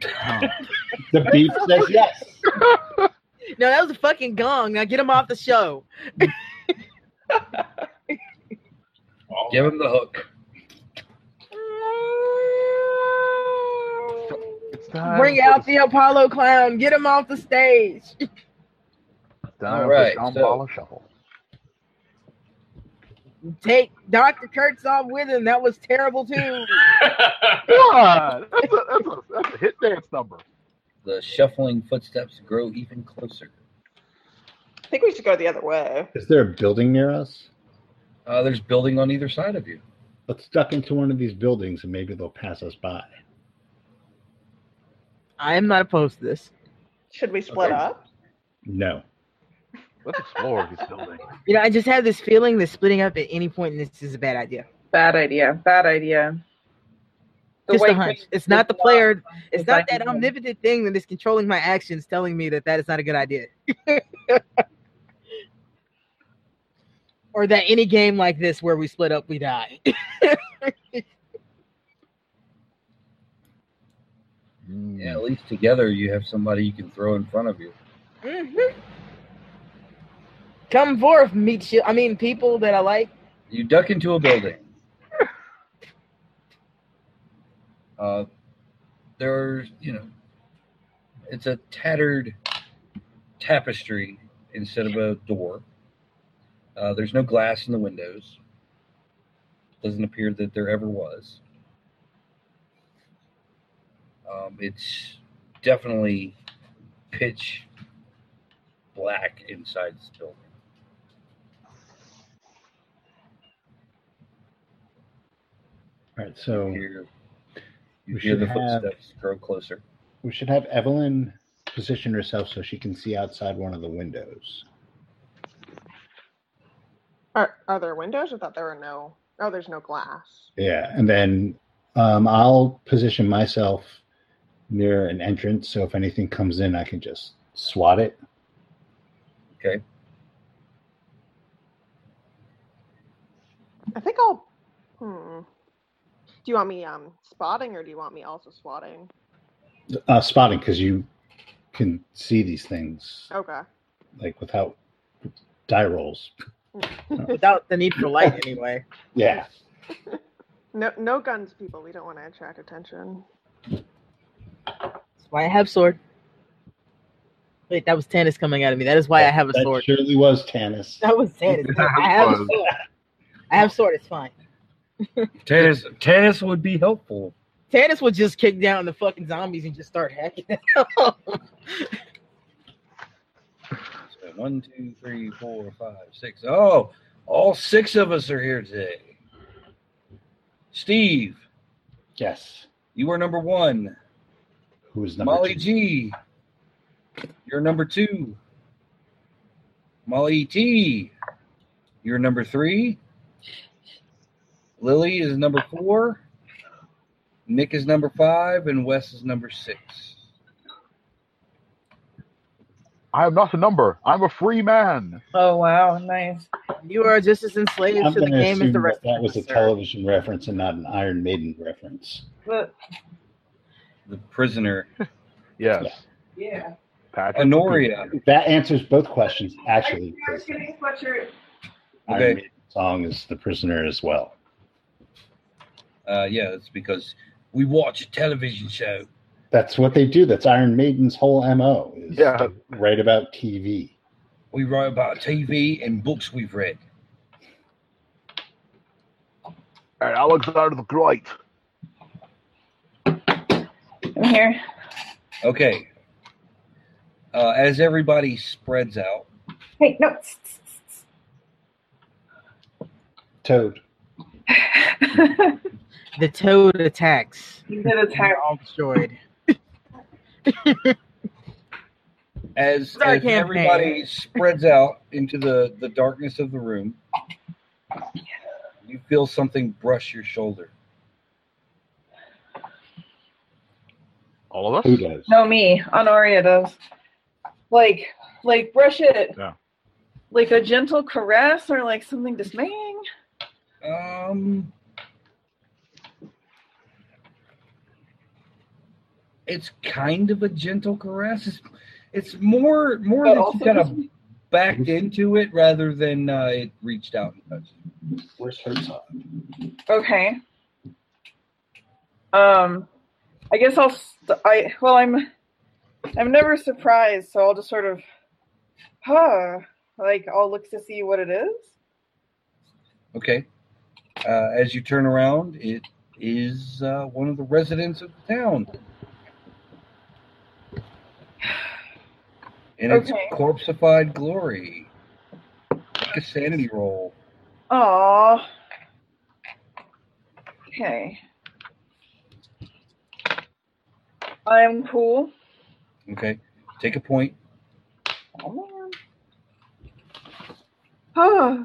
S4: the beep says yes.
S3: No, that was a fucking gong. Now get him off the show.
S9: [laughs] all
S5: Give him the hook.
S6: It's
S8: Uh,
S6: time
S3: Bring
S6: for
S3: out the Apollo clown. Get him off the stage.
S6: time
S5: All
S6: for
S5: right,
S6: Shambhala shuffle.
S3: Take Dr. Kurtzov with him. That was terrible
S8: [laughs]
S3: too.
S6: God, that's a, that's, a, that's a hit dance number.
S5: The shuffling footsteps grow even closer.
S7: I think we should go the other way.
S4: Is there a building near us?
S5: Uh, there's building on either side of you.
S4: Let's duck into one of these buildings and maybe they'll pass us by.
S3: I am not opposed to this.
S7: Should we split
S6: Okay.
S7: up?
S4: No.
S6: Let's explore these buildings.
S3: You know, I just have this feeling that splitting up at any point in this is a bad idea.
S8: Bad idea. Bad idea. The
S3: Just a
S8: white
S3: hunch.
S8: thing
S3: It's
S8: is
S3: not the player. It's
S8: it's
S3: not
S8: like-
S3: that omnipotent thing that is controlling my actions, telling me that that is not a good
S8: [laughs]
S3: idea. or that any game like this where we split up, we die.
S5: Yeah, at least together you have somebody you can throw in front of you.
S8: Mm-hmm.
S3: Mhm. Come forth, meet you. I mean, people that I like.
S5: You duck into a building. Uh, there's, you know, it's a tattered tapestry instead of a door. Uh, there's no glass in the windows. Doesn't appear that there ever was. Um, it's definitely pitch black inside this building.
S4: All right, so
S5: You hear, you
S4: We
S5: hear
S4: should
S5: the
S4: have-
S5: footsteps grow closer.
S4: we should have Evelyn position herself so she can see outside one of the windows.
S7: Are, are there windows? I thought there were no. Oh, there's no glass.
S4: Yeah, and then um, I'll position myself near an entrance so if anything comes in, I can just swat it.
S5: Okay.
S7: I think I'll. Hmm. Do you want me um spotting or do you want me also swatting?
S4: Uh, spotting because you can see these things
S7: Okay.
S4: like without die rolls.
S3: Without the need for light, anyway.
S4: Yeah.
S7: No, no guns, people. We don't want to attract attention.
S3: That's why I have sword. Wait, that was Tannis coming out of me. That is why I have a
S4: that
S3: sword.
S4: surely was Tanis.
S3: That was Tannis. I have a sword. I have sword. It's fine.
S5: Tannis, Tannis would be helpful.
S3: Tannis would just kick down the fucking zombies and just start hacking.
S5: So one, two, three, four, five, six. Oh, all six of us are here today. Steve,
S4: Yes.
S5: you were number one.
S4: Who is number
S5: Molly
S4: two?
S5: G, you're number two. Molly T, you're number three. Lily is number four. Nick is number five, and Wes is number six.
S6: I am not a number. I'm a free man.
S8: Oh wow, nice.
S3: [laughs] you are just as enslaved
S4: I'm
S3: to the
S4: going to
S3: game as the
S4: assume that,
S3: rest
S4: that
S3: of
S4: was a
S3: us. sir.
S4: television reference and not an Iron Maiden reference.
S8: But
S5: The prisoner
S6: Yes.
S8: yeah.
S6: Patrick.
S5: Honoria.
S4: That answers both questions, actually. 'cause
S5: Okay.
S4: Iron Maiden song is The Prisoner as well.
S5: Uh, yeah, it's because we watch a television show.
S4: That's what they do. That's Iron Maiden's whole MO. Is
S6: Yeah.
S4: Right about TV.
S5: We write about TV and books we've read.
S6: And Alexander the Great.
S8: I'm here.
S5: Okay. Uh, as everybody spreads out,
S8: Hey, no. [laughs] tss, tss, tss,
S4: Toad.
S8: tss.
S3: The toad attacks.
S8: you did attack.
S3: They're all destroyed. Sorry,
S5: as, as
S3: campaign.
S5: everybody spreads out into the, the darkness of the room, you feel something brush your shoulder.
S6: All of
S4: Who
S6: us?
S4: does?
S8: No, me. Honoria does. Like, like brush it.
S6: Yeah.
S8: Like a gentle caress or like something dismaying.
S5: Um, it's kind of a gentle caress. It's, it's more more
S8: But
S5: that you
S8: also
S5: kind of
S8: dismaying.
S5: backed into it rather than uh, it reached out and touched. you.
S4: Where's Herzog?
S8: Okay. Um, I guess I'll. St- I well, I'm. I'm never surprised, so I'll just sort of, huh? Like I'll look to see what it is.
S5: Okay. Uh, as you turn around, it is uh, one of the residents of the town. [sighs] In its
S8: Okay.
S5: corpseified glory. Make a sanity roll.
S8: Aw. Okay. I'm cool.
S5: Okay. Take a point.
S8: Oh man. Huh.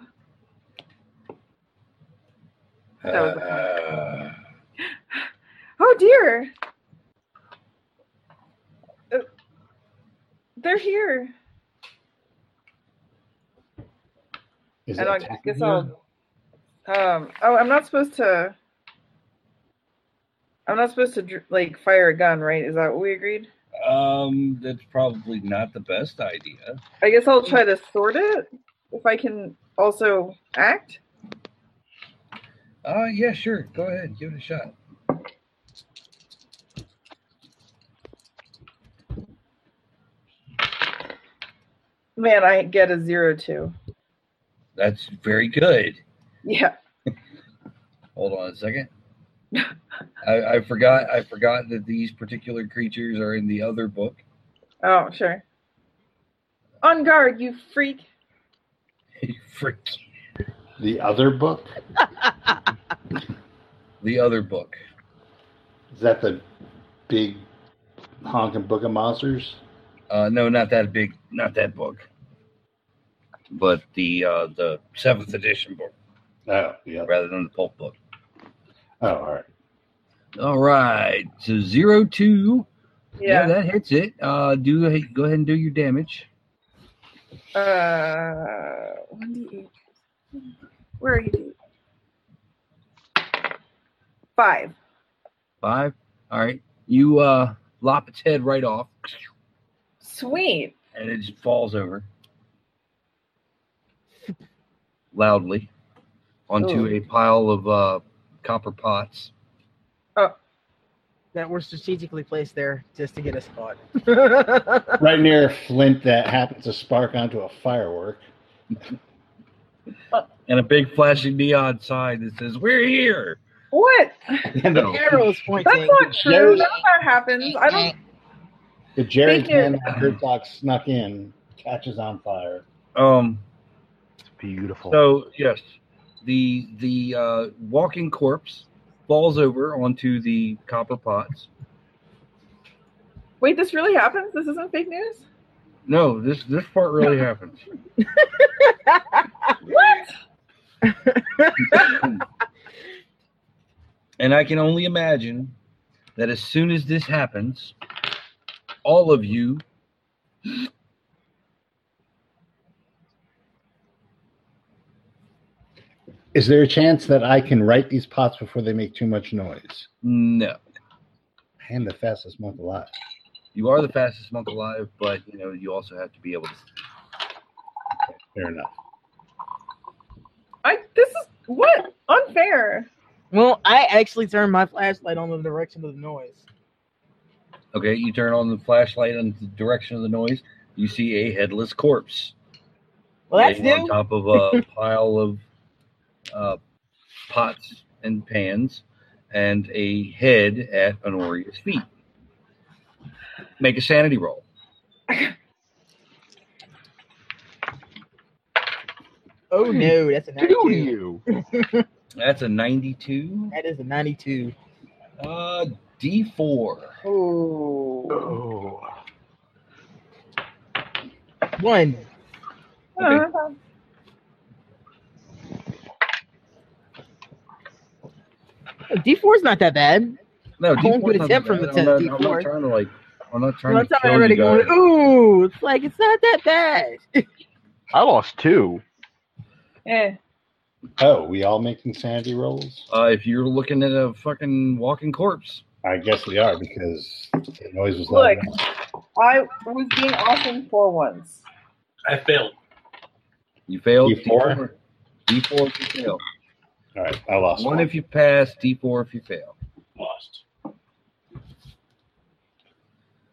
S8: That was a point.
S5: Uh,
S8: Oh dear. Uh, They're here.
S4: Is
S8: And
S4: it
S8: I
S4: attacking
S8: guess
S4: you?
S8: I'll. Um. Oh, I'm not supposed to. I'm not supposed to dr- like fire a gun, right? Is that what we agreed?
S5: um, that's probably not the best idea.
S8: I guess I'll try to sort it if I can also act.
S5: Uh, yeah, sure. Go ahead. Give it a shot.
S8: Man, I get a zero two. [laughs]
S5: That's very good.
S8: Yeah.
S5: Hold on a
S8: [laughs]
S5: second. I, I forgot. I forgot that these particular creatures are in the other book. [laughs]
S8: Oh, sure. On guard, you freak.
S5: Frick.
S4: The other book?
S5: The other book.
S4: Is that the big honking book of monsters?
S5: Uh, no, not that big. Not that book. But the uh, the seventh edition book,
S4: Oh, yeah.
S5: rather than the pulp book.
S4: Oh, all right.
S5: All right. So zero two.
S8: Yeah.
S5: that hits it. Uh, do go ahead and do your damage.
S8: Uh, one d eight. Where are you? dude? Five.
S5: Five. All right. You uh, lop its head right off,
S8: Sweet.
S5: and it just falls over loudly onto
S3: Oh.
S5: a pile of uh, copper pots.
S3: that were strategically placed there just to get us caught.
S4: Right near a flint that happens to spark onto a
S8: [laughs]
S4: firework.
S5: and a big flashing neon sign that says "We're here."
S8: What?
S4: And
S5: [laughs] No.
S4: the,
S3: [laughs] Arrows
S8: That's
S3: pointing.
S8: not true.
S4: There's-
S8: That's not happens. I don't.
S4: [laughs] the Jerry
S8: Thank you.
S4: can that Herzog snuck in catches on fire.
S5: Um.
S6: Beautiful.
S5: So yes, the the uh, walking corpse falls over onto the copper pots.
S8: Wait, this really happens. This isn't fake news.
S5: No, this this part really happens.
S8: What?
S5: [laughs] and I can only imagine that as soon as this happens, all of you
S4: Is there a chance that I can write these pots before they make too much noise?
S5: no.
S4: I am the fastest monk alive.
S5: You are the fastest monk alive, but you know you also have to be able to.
S4: Fair enough.
S8: I. This is what unfair.
S3: well, I actually turned my flashlight on in the direction of the noise.
S5: Okay, you turn on the flashlight in the direction of the noise. You see a headless corpse
S3: Well, that's
S5: laying
S3: new.
S5: on top of a pile of uh, pots and pans and a head at Honoria's feet. Make a sanity roll.
S3: Oh no, that's a
S6: Do
S3: 92.
S6: you?
S5: That's a 92.
S3: That is a 92.
S5: Uh, D4.
S3: Oh,
S6: Oh.
S3: one.
S5: Okay.
S8: Uh,
S3: D4 is not that bad.
S5: No,
S3: I won't
S5: D4
S3: do
S5: is
S3: the
S5: not
S3: 10
S5: bad.
S3: from the
S5: I'm
S3: 10,
S5: not- I'm
S3: D4.
S5: not trying to like. I'm not trying
S3: I'm
S5: to
S3: sorry
S5: kill
S3: already
S5: you
S3: going, [laughs]
S5: guys.
S3: ooh, it's like, it's not that bad.
S6: I lost two.
S8: eh.
S4: Oh, we all making sanity rolls?
S5: Uh, if you're looking at a fucking walking corpse,
S4: I guess we are because the noise was loud.
S8: Look,
S4: enough.
S8: I was being awesome for once.
S9: I failed.
S5: you failed.
S4: D4?
S5: D4 D4 if you fail.
S4: All right, I lost
S5: One if you pass, D4 if you fail.
S9: Lost.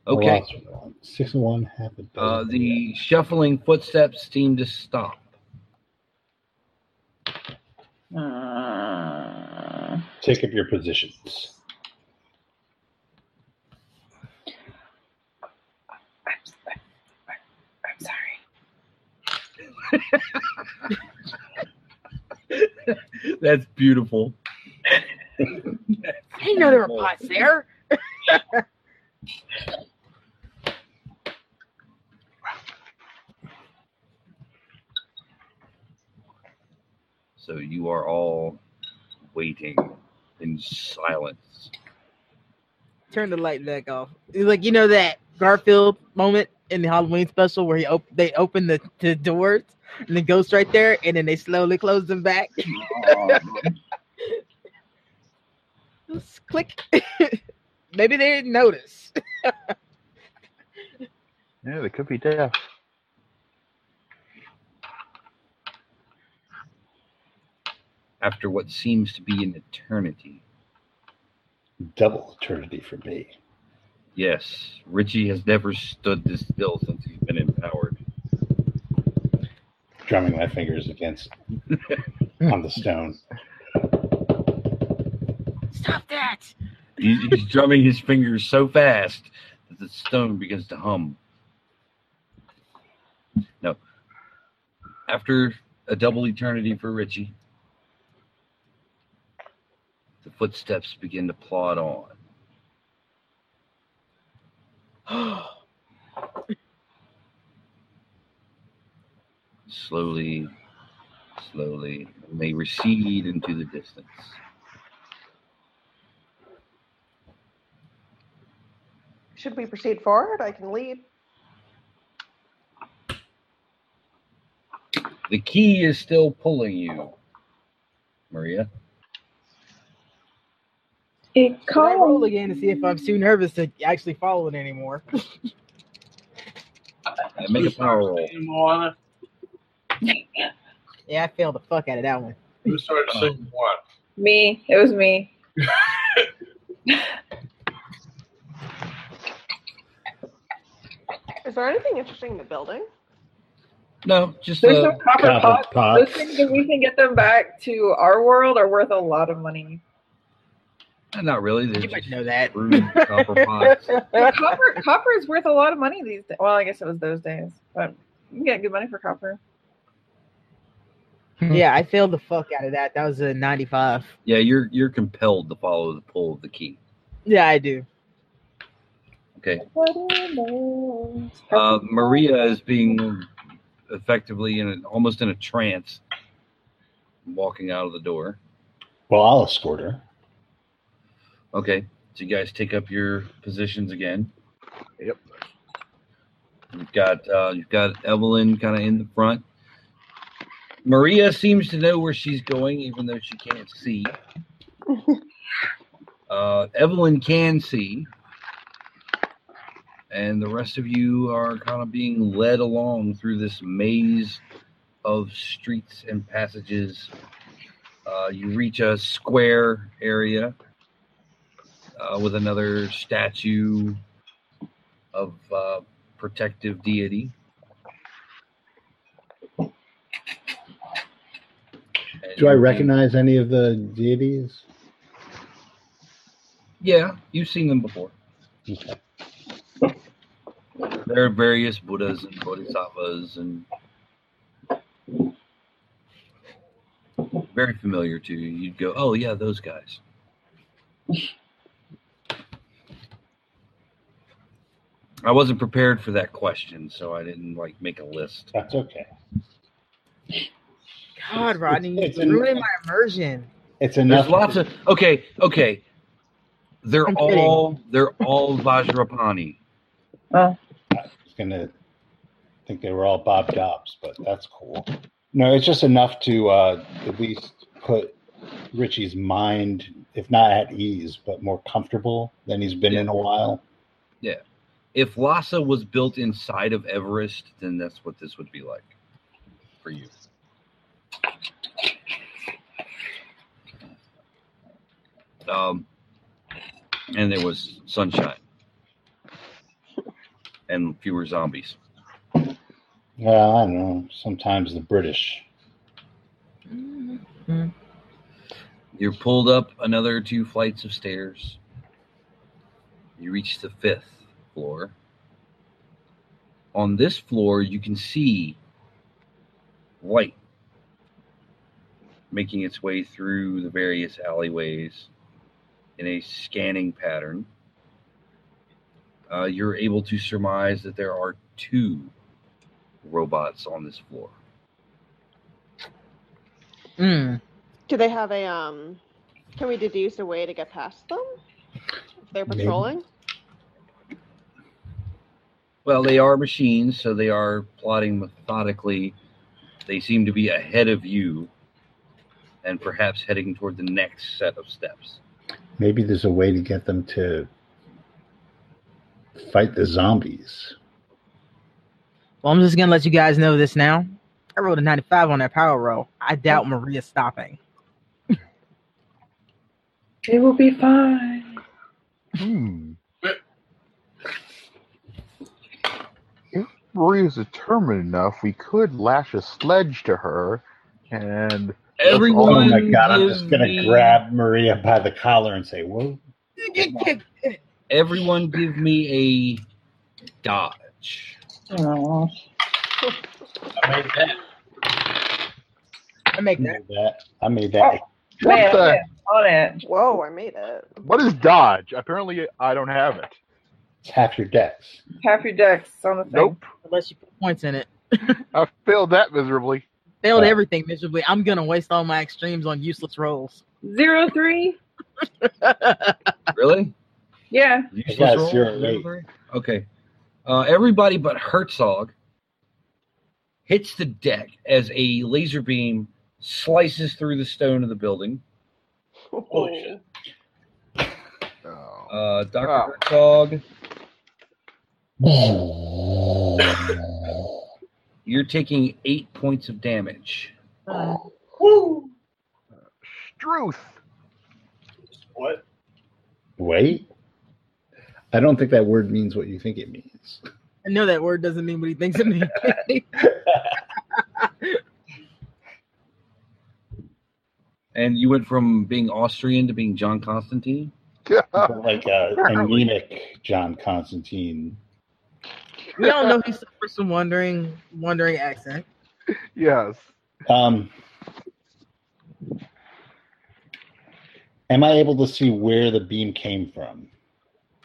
S4: I
S5: Okay.
S4: lost one. Six and one, half a dozen.
S5: Uh, the shuffling footsteps seem to stop.
S8: Uh,
S4: Take up your positions.
S8: I'm, I'm, I'm sorry.
S5: That's beautiful.
S3: I didn't know there were pots there.
S5: So you are all waiting in [laughs] silence.
S3: Turn the light back off. It's like, you know that Garfield moment in the Halloween special where he op- they open the, the doors and the ghost right there and then they slowly close them back. Just click. [laughs] Maybe they didn't [gasps] notice.
S6: Yeah, they could be deaf.
S5: After what seems to be an eternity.
S4: Double eternity for me.
S5: Yes, Richie has never stood this still since he's been empowered.
S4: Drumming my fingers
S5: [laughs]
S4: against on the
S8: [laughs]
S4: stone.
S3: Stop that.
S5: He's, he's drumming his fingers so fast that the stone begins to hum. No. After a double eternity for Richie, the footsteps begin to plod on. slowly, slowly, and they recede into the distance.
S7: Should we proceed forward? I can lead.
S5: The key is still pulling you, Maria.
S8: It
S3: Can I roll
S8: calls.
S3: again to see if I'm too nervous to actually follow it anymore?
S5: Uh, Make a power roll.
S9: Singing Moana.
S3: Yeah, I failed the fuck out of that one.
S9: Who started singing Moana?
S8: Me. It was me.
S7: Is there anything interesting in the building?
S5: No, just
S8: There's
S5: uh,
S8: some copper
S4: Copper
S8: pots.
S4: pots.
S8: Those things, if we can get them back to our world, are worth a lot of money.
S5: not really. There's
S3: You might
S5: just
S3: know that.
S5: rude copper pots.
S8: But copper, copper is worth a lot of money these days. Well, I guess it was those days, but you can get good money for copper.
S3: [laughs] yeah, I failed the fuck out of that. That was a 95.
S5: Yeah, you're you're compelled to follow the pull of the key.
S3: Yeah, I do.
S5: Okay,
S8: What are those?
S6: Um,
S5: uh, Maria is being effectively in an, almost in a trance, walking out of the door.
S4: Well, I'll escort her.
S5: Okay, so you guys take up your positions again.
S6: Yep.
S5: You've got uh, you've got Evelyn kind of in the front. Maria seems to know where she's going, even though she can't see. uh, Evelyn can see, and the rest of you are kind of being led along through this maze of streets and passages. Uh, you reach a square area uh, with another statue of uh, protective deity.
S4: Do I recognize any of the deities?
S5: Yeah, you've seen them before.
S4: Okay.
S5: There are various Buddhas and Bodhisattvas and very familiar to you. You'd go, oh yeah, those guys. I wasn't prepared for that question, so I didn't like make a list.
S4: That's okay.
S3: God, Rodney,
S4: it's
S3: it's
S4: an-
S3: ruining my immersion.
S4: It's enough.
S5: There's lots of okay, okay. They're
S3: I'm kidding.
S5: all they're all Vajrapani.
S4: I was gonna think they were all Bob Dobbs, but that's cool. No, it's just enough to uh, at least put Richie's mind, if not at ease, but more comfortable than he's been in a while.
S5: If Lhasa was built inside of Everest, then that's what this would be like for you. Um, and there was sunshine and fewer zombies.
S4: Well, I don't know. Sometimes the British.
S5: You're pulled up another two flights of stairs. You reach the fifth floor. On this floor, you can see light making its way through the various alleyways in a scanning pattern. Uh, you're able to surmise that there are two robots on this floor.
S3: Mm.
S7: Do they have a um? Can we deduce a way to get past them? If they're
S4: Maybe.
S7: patrolling.
S5: Well, they are machines, so they are plotting methodically. They seem to be ahead of you and perhaps heading toward the next set of steps.
S4: Maybe there's a way to get them to fight the zombies.
S3: Well, I'm just gonna let you guys know this now. I rolled a 95 on that power roll. I doubt Maria's stopping.
S8: They will be fine.
S6: Hmm. If Marie is determined enough, we could lash a sledge to her, and
S5: Everyone,
S4: oh my god! I'm
S5: give
S4: just gonna
S5: me-
S4: grab Maria by the collar and say, "Whoa,
S5: Everyone, give me a dodge.
S8: Oh.
S9: I made that.
S3: I make that.
S4: I made that! I made that!"
S6: What
S8: Man,
S6: the-
S8: man, on it.
S7: Whoa! I made it.
S6: what is dodge? Apparently, I don't have it.
S4: It's half your dex.
S8: Half your dex on the thing.
S6: Nope,
S3: Unless you put points in it.
S6: I failed that miserably.
S3: Failed
S4: Right.
S3: everything miserably. I'm gonna waste all my extremes on useless rolls.
S8: Zero three?
S5: Really?
S8: Yeah.
S5: You
S4: I
S5: just
S4: got a
S5: rolled
S4: zero
S5: zero
S4: eight.
S5: three? Okay. Uh, everybody but Herzog hits the deck as a laser beam slices through the stone of the building.
S9: Holy shit.
S6: Oh.
S5: Uh, Dr.
S6: Oh.
S5: Herzog,
S8: [laughs]
S5: you're taking eight points of damage.
S6: Struth.
S9: What?
S4: Wait. I don't think that word means what you think it means.
S3: I know that word doesn't mean what he thinks it means.
S5: And you went from being Austrian to being John Constantine.
S4: But [laughs] like uh, anemic John Constantine.
S3: we all know he suffers from wandering, wandering accent.
S6: yes.
S4: Um, am I able to see where the beam came from?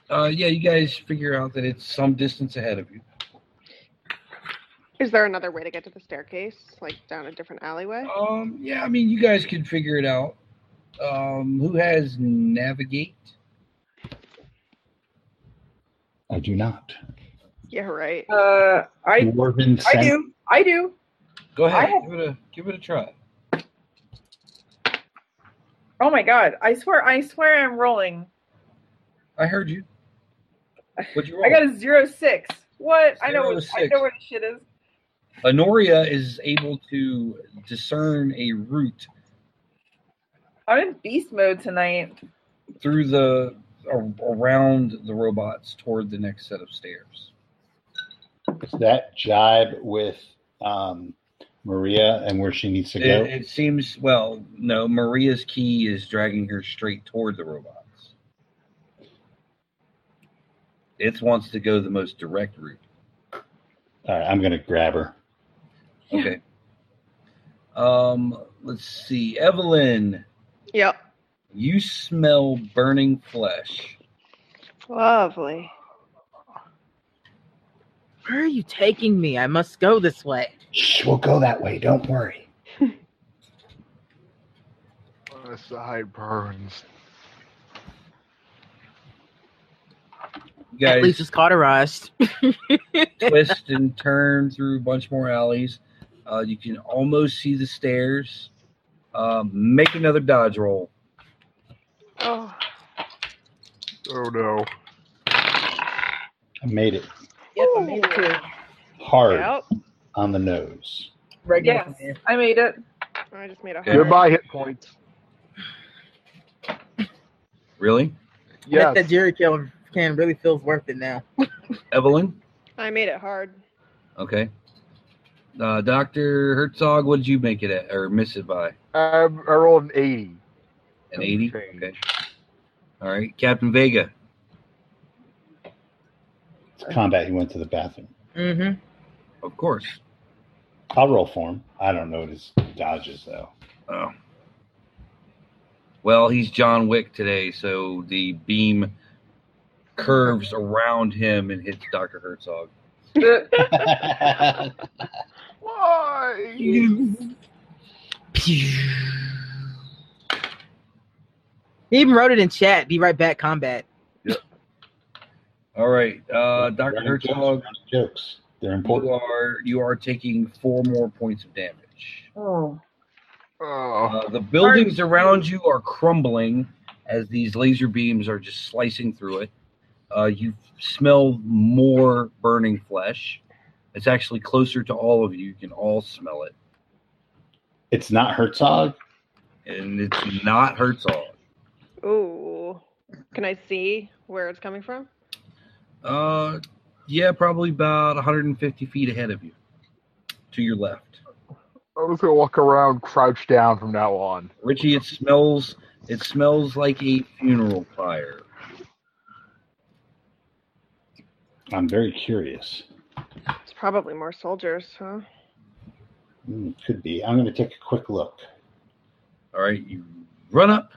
S5: Uh, yeah, you guys figure out that it's some distance ahead of you.
S7: Is there another way to get to the staircase, like down a different alleyway?
S5: Um, yeah, I mean, you guys could figure it out. Um, who has navigate?
S4: I do not.
S7: Yeah, right.
S8: Uh, I,
S4: Dwarven
S8: I
S4: scent-
S8: do. I do.
S5: Go ahead,
S8: I have-
S5: give it a give it a try.
S8: Oh my god. I swear, I swear I'm rolling.
S5: I heard you. What'd you roll?
S8: I got a zero six. What? I know
S5: Zero
S8: what I
S5: six.
S8: know where the shit is.
S5: Honoria is able to discern a route
S8: I'm in beast mode tonight.
S5: through the a- around the robots toward the next set of stairs.
S4: Does that jibe with um, Maria and where she needs to go.
S5: It, it seems well. No, Maria's key is dragging her straight toward the robots. It wants to go the most direct route.
S4: All right, I'm gonna grab her.
S5: Okay. Um. Let's see, Evelyn.
S7: Yep.
S5: You smell burning flesh.
S7: Lovely.
S3: Where are you taking me? I must go this way.
S4: Shh, we'll go that way. Don't worry.
S6: My side burns.
S5: You
S3: At least
S5: guys
S3: it's cauterized.
S5: twist and turn through a bunch more alleys. Uh, you can almost see the stairs. Um, make another dodge roll.
S7: Oh,
S6: Oh no.
S4: I made it
S7: yep, I made it too.
S4: hard
S7: Yep.
S4: on the nose.
S3: Regular
S8: Yes, I made [laughs] it.
S7: I just made a heart.
S6: Goodbye hit points.
S5: Really,
S3: Yeah.
S6: Yes.
S3: That Jerry kill can really feels worth it now.
S5: Evelyn?
S7: I made it hard.
S5: Okay. Uh, Doctor Herzog, what did you make it at or miss it by?
S6: I, Um, I rolled an 80.
S5: An eighty.
S6: Change.
S5: Okay. All right, Captain Vega.
S4: It's combat. He went to the bathroom.
S3: Mm-hmm.
S5: Of course.
S4: I'll roll for him. I don't know what his dodge is though.
S5: Oh. Well, he's John Wick today, so the beam curves around him and hits Dr. Herzog.
S6: Why?
S3: He even wrote it in chat. Be right back, combat.
S5: All right, uh, Dr.
S4: Running jokes,
S5: Herzog,
S4: running jokes. They're
S5: you
S4: important.
S5: are, you are taking four more points of damage.
S8: Oh.
S6: Oh,
S5: Uh, the buildings around you are crumbling as these laser beams are just slicing through it. Uh, you smell more burning flesh. It's actually closer to all of you. You can all smell it.
S4: It's not Herzog.
S5: and it's not Herzog.
S7: Ooh. Can I see where it's coming from?
S5: Uh, yeah, probably about 150 feet ahead of you, to your left.
S6: I'm just gonna walk around crouched down from now on.
S5: Richie, it smells. It smells like a funeral pyre.
S4: I'm very curious.
S7: It's probably more soldiers, huh?
S4: Hmm, could be. I'm going to take a quick look.
S5: All right, you run up.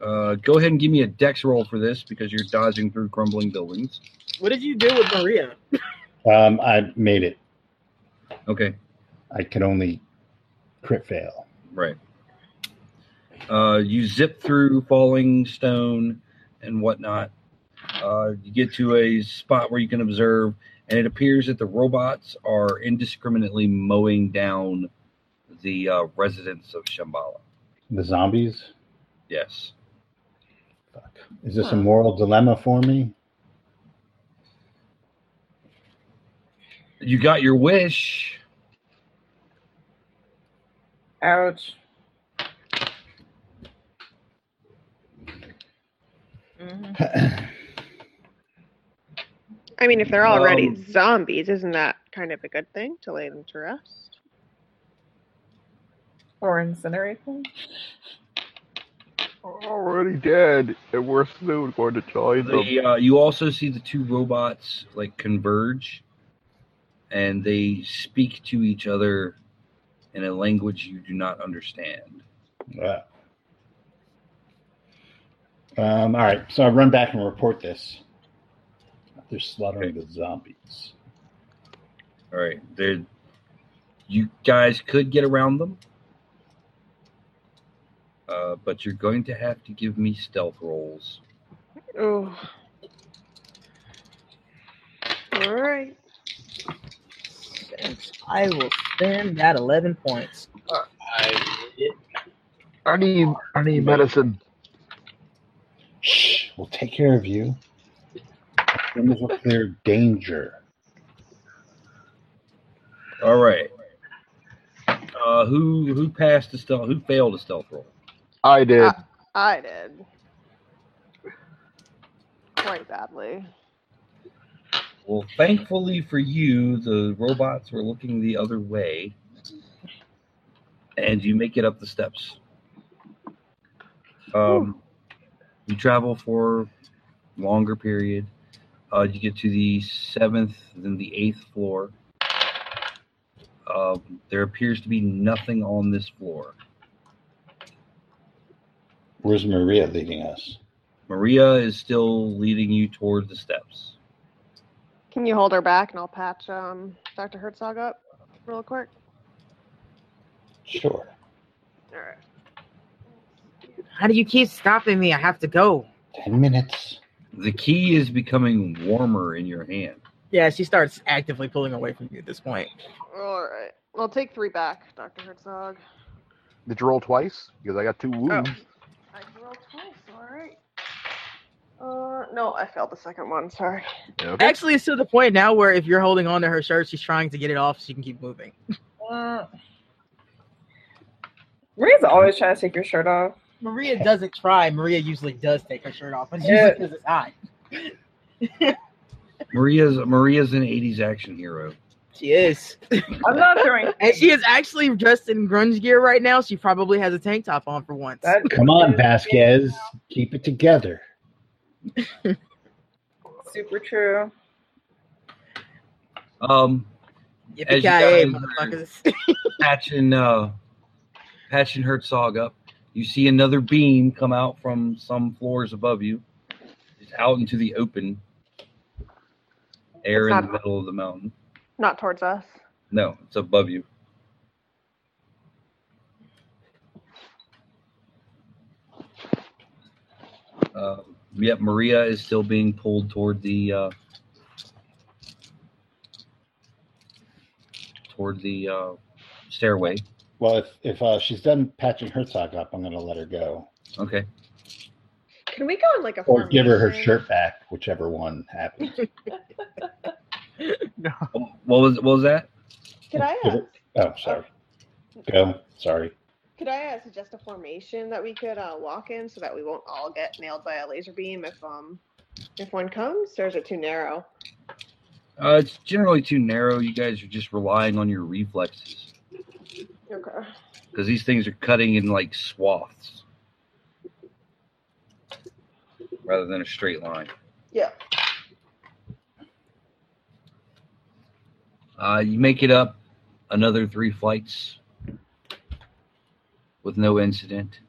S5: Uh, go ahead and give me a dex roll for this because you're dodging through crumbling buildings.
S3: What did you do with Maria?
S4: Um, I made it.
S5: Okay,
S4: I could only crit fail.
S5: right. Uh, you zip through falling stone and whatnot. Uh, you get to a spot where you can observe, and it appears that the robots are indiscriminately mowing down the uh, residents of Shambhala.
S4: The zombies.
S5: Yes.
S4: Fuck. Is this a moral dilemma for me?
S5: You got your wish.
S8: Ouch. Mm-hmm.
S7: I mean, if they're already
S5: Um,
S7: zombies, isn't that kind of a good thing to lay them to rest?
S8: Or incinerate them?
S6: Already dead, and we're soon going to join them.
S5: The, uh, you also see the two robots like converge, and they speak to each other in a language you do not understand.
S4: Uh, um, all right. So I run back and report this. They're slaughtering the zombies.
S5: All right, there. You guys could get around them, uh, but you're going to have to give me stealth rolls.
S7: Oh. All right.
S3: I will spend that 11 points.
S9: I made it.
S6: I need, I need medicine.
S4: Shh. We'll take care of you. When is a clear danger?
S5: All right. Uh, who who passed the stealth? Who failed a stealth roll?
S6: I did.
S7: Ah. I did. Quite badly.
S5: Well, thankfully for you, the robots were looking the other way, and you make it up the steps. Um, you travel for longer period. Uh, you get to the seventh, then the eighth floor. Um, there appears to be nothing on this floor.
S4: Where's Maria leading us?
S5: Maria is still leading you toward the steps.
S7: Can you hold her back and I'll patch um, Dr. Herzog up real quick?
S4: Sure.
S7: All right.
S3: How do you keep stopping me? I have to go.
S4: Ten minutes.
S5: The key is becoming warmer in your hand.
S3: Yeah, she starts actively pulling away from you at this point.
S7: All right. I'll take three back, Dr. Herzog.
S6: Did you roll twice? Because I got two wounds.
S7: I can roll twice, alright. Uh, no, I failed the second one, sorry.
S6: Okay.
S3: Actually, it's to the point now where if you're holding on to her shirt, she's trying to get it off so she can keep moving.
S8: Uh, Maria's always trying to take your shirt off.
S3: Maria doesn't try. Maria usually does take her shirt off, but it's
S8: Yeah.
S3: usually because it's hot.
S5: Maria's Maria's an '80s action hero.
S3: She is.
S8: I'm not throwing
S3: And she is actually dressed in grunge gear right now. She probably has a tank top on for once.
S8: [laughs] that.
S4: Come on, Vasquez. Keep it together.
S8: Super true.
S5: Um,
S3: Yippee
S5: As
S3: ki
S5: you
S3: motherfuckers.
S5: patching uh, patching Herzog up. You see another beam come out from some floors above you, just out into the open air
S7: It's
S5: in the
S7: not-
S5: middle of the mountain.
S7: Not towards us.
S5: No, it's above you. Uh, yep, Maria is still being pulled toward the uh, toward the uh, stairway.
S4: Well, if if uh, she's done patching Herzog up, I'm going to let her go,
S5: Okay.
S7: Can we go in like a
S4: or give her her
S7: formation?
S4: shirt back, whichever one happens.
S5: What was what was that?
S7: Could I
S4: Give
S7: ask?
S4: her- Oh, sorry. Go. Sorry.
S7: Could I uh, suggest a formation that we could uh, walk in so that we won't all get nailed by a laser beam if um if one comes? Or is it too narrow?
S5: Uh, it's generally too narrow. You guys are just relying on your reflexes
S7: Okay.
S5: because these things are cutting in like swaths rather than a straight line.
S7: Yeah.
S5: Uh, you make it up another three flights with no incident.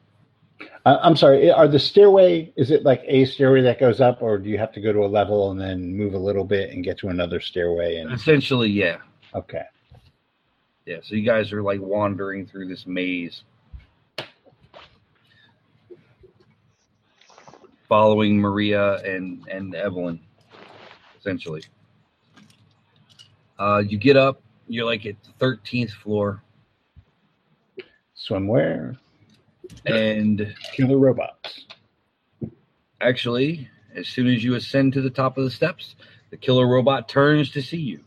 S4: I, I'm sorry. Are the stairway? Is it like a stairway that goes up, or do you have to go to a level and then move a little bit and get to another stairway? And
S5: Essentially, yeah,
S4: okay,
S5: yeah. So you guys are like wandering through this maze, following Maria and and Evelyn, essentially. Uh, you get up. You're like at the thirteenth floor,
S4: swimwear,
S5: and
S4: killer robots.
S5: actually, as soon as you ascend to the top of the steps, the killer robot turns to see you.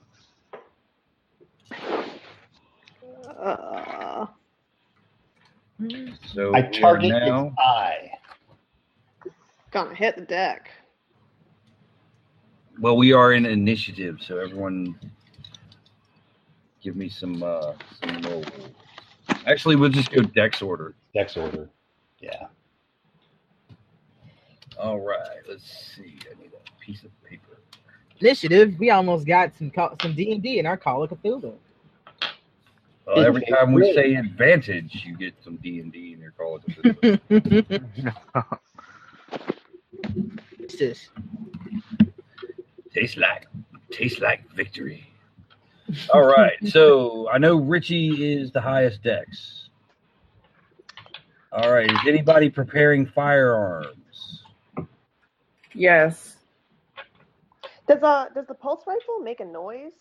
S7: Uh,
S5: So
S4: I
S5: we are
S4: target
S5: now.
S4: its eye.
S7: gonna hit the deck.
S5: Well, we are in initiative, so everyone, give me some. Uh, some roll. Actually, we'll just go dex order.
S4: Dex order. Yeah. [laughs]
S5: All right. Let's see. I need a piece of paper.
S3: Initiative. We almost got some co- some D and D in our Call of Cthulhu.
S5: Uh, every
S4: Okay,
S5: time we
S4: great.
S5: say advantage, you get some D and D in your call. of Cthulhu.
S4: [laughs]
S3: It's just-
S5: tastes like, tastes like victory. All right. So I know Richie is the highest dex. All right. Is anybody preparing firearms?
S8: Yes.
S7: Does uh does the pulse rifle make a noise?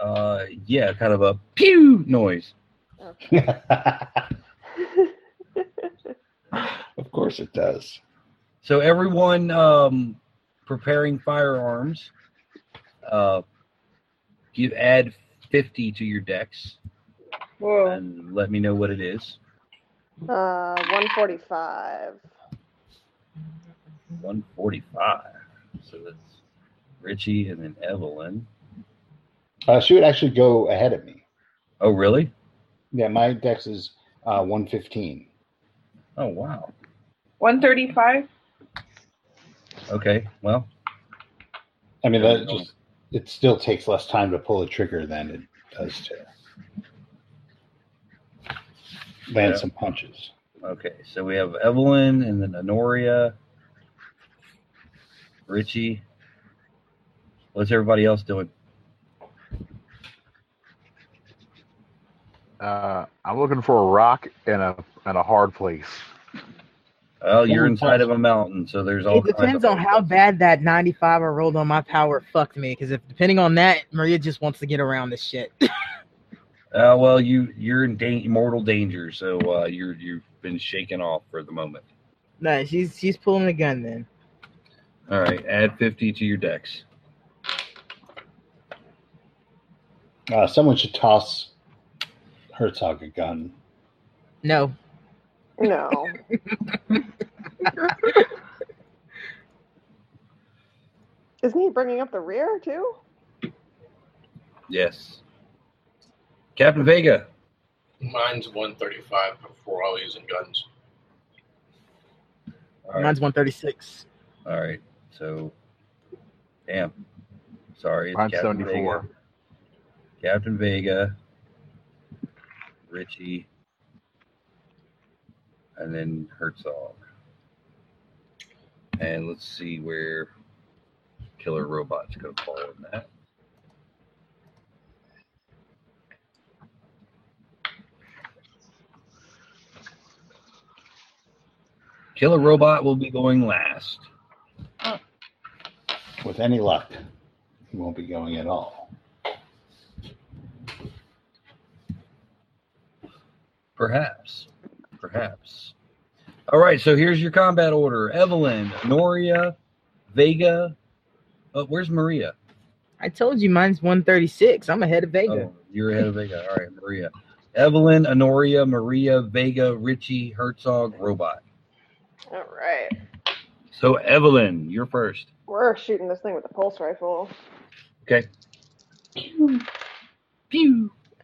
S5: Uh, yeah, kind of a pew noise.
S7: Okay.
S4: of course it does.
S5: So everyone um, preparing firearms, uh, you add fifty to your decks
S8: Whoa.
S5: and let me know what it is.
S7: [laughs] uh, one forty-five.
S5: One forty-five. So that's Richie, and then Evelyn.
S4: Uh, she would actually go ahead of me.
S5: Oh, really?
S4: Yeah, my dex is uh, 115.
S5: Oh, wow.
S8: 135?
S5: Okay. Well,
S4: I mean, that just it still takes less time to pull a trigger than it does to land
S5: Yeah.
S4: some punches.
S5: okay. So we have Evelyn, and then Honoria, Richie. What's everybody else doing?
S6: Uh, I'm looking for a rock and a and a hard place.
S5: Well, you're
S4: Ooh,
S5: inside of a mountain, so there's all.
S3: It
S5: kinds of-
S3: depends on how bad that 95 I rolled on my power fucked me. Because if depending on that, Maria just wants to get around this [laughs] shit.
S5: Uh, well, you you're in da- mortal danger, so uh, you're you've been shaken off for the moment.
S3: no, she's she's pulling a gun then.
S5: All right, add fifty to your dex.
S4: Uh, someone should toss Herzog a gun.
S3: No,
S7: No. Isn't he bringing up the rear too?
S5: Yes, Captain Vega.
S9: Mine's 135 before all using guns.
S5: All right,
S3: mine's 136.
S5: all right. So, damn. Sorry, it's
S6: I'm
S5: Captain Vega.
S6: 74.
S5: Captain Vega, Richie, and then Herzog. And let's see where Killer Robot's going to fall in that. Killer Robot will be going last.
S4: With any luck, he won't be going at all.
S5: Perhaps. Perhaps. All right, so here's your combat order Evelyn, Noria, Vega. Oh, where's Maria?
S3: I told you mine's 136. I'm ahead of Vega.
S5: Oh, you're ahead of Vega. All right, Maria. Evelyn, Honoria, Maria, Vega, Richie, Herzog, Robot.
S7: All right.
S5: So, Evelyn, you're first.
S7: We're shooting this thing with a pulse rifle.
S5: Okay.
S7: I'm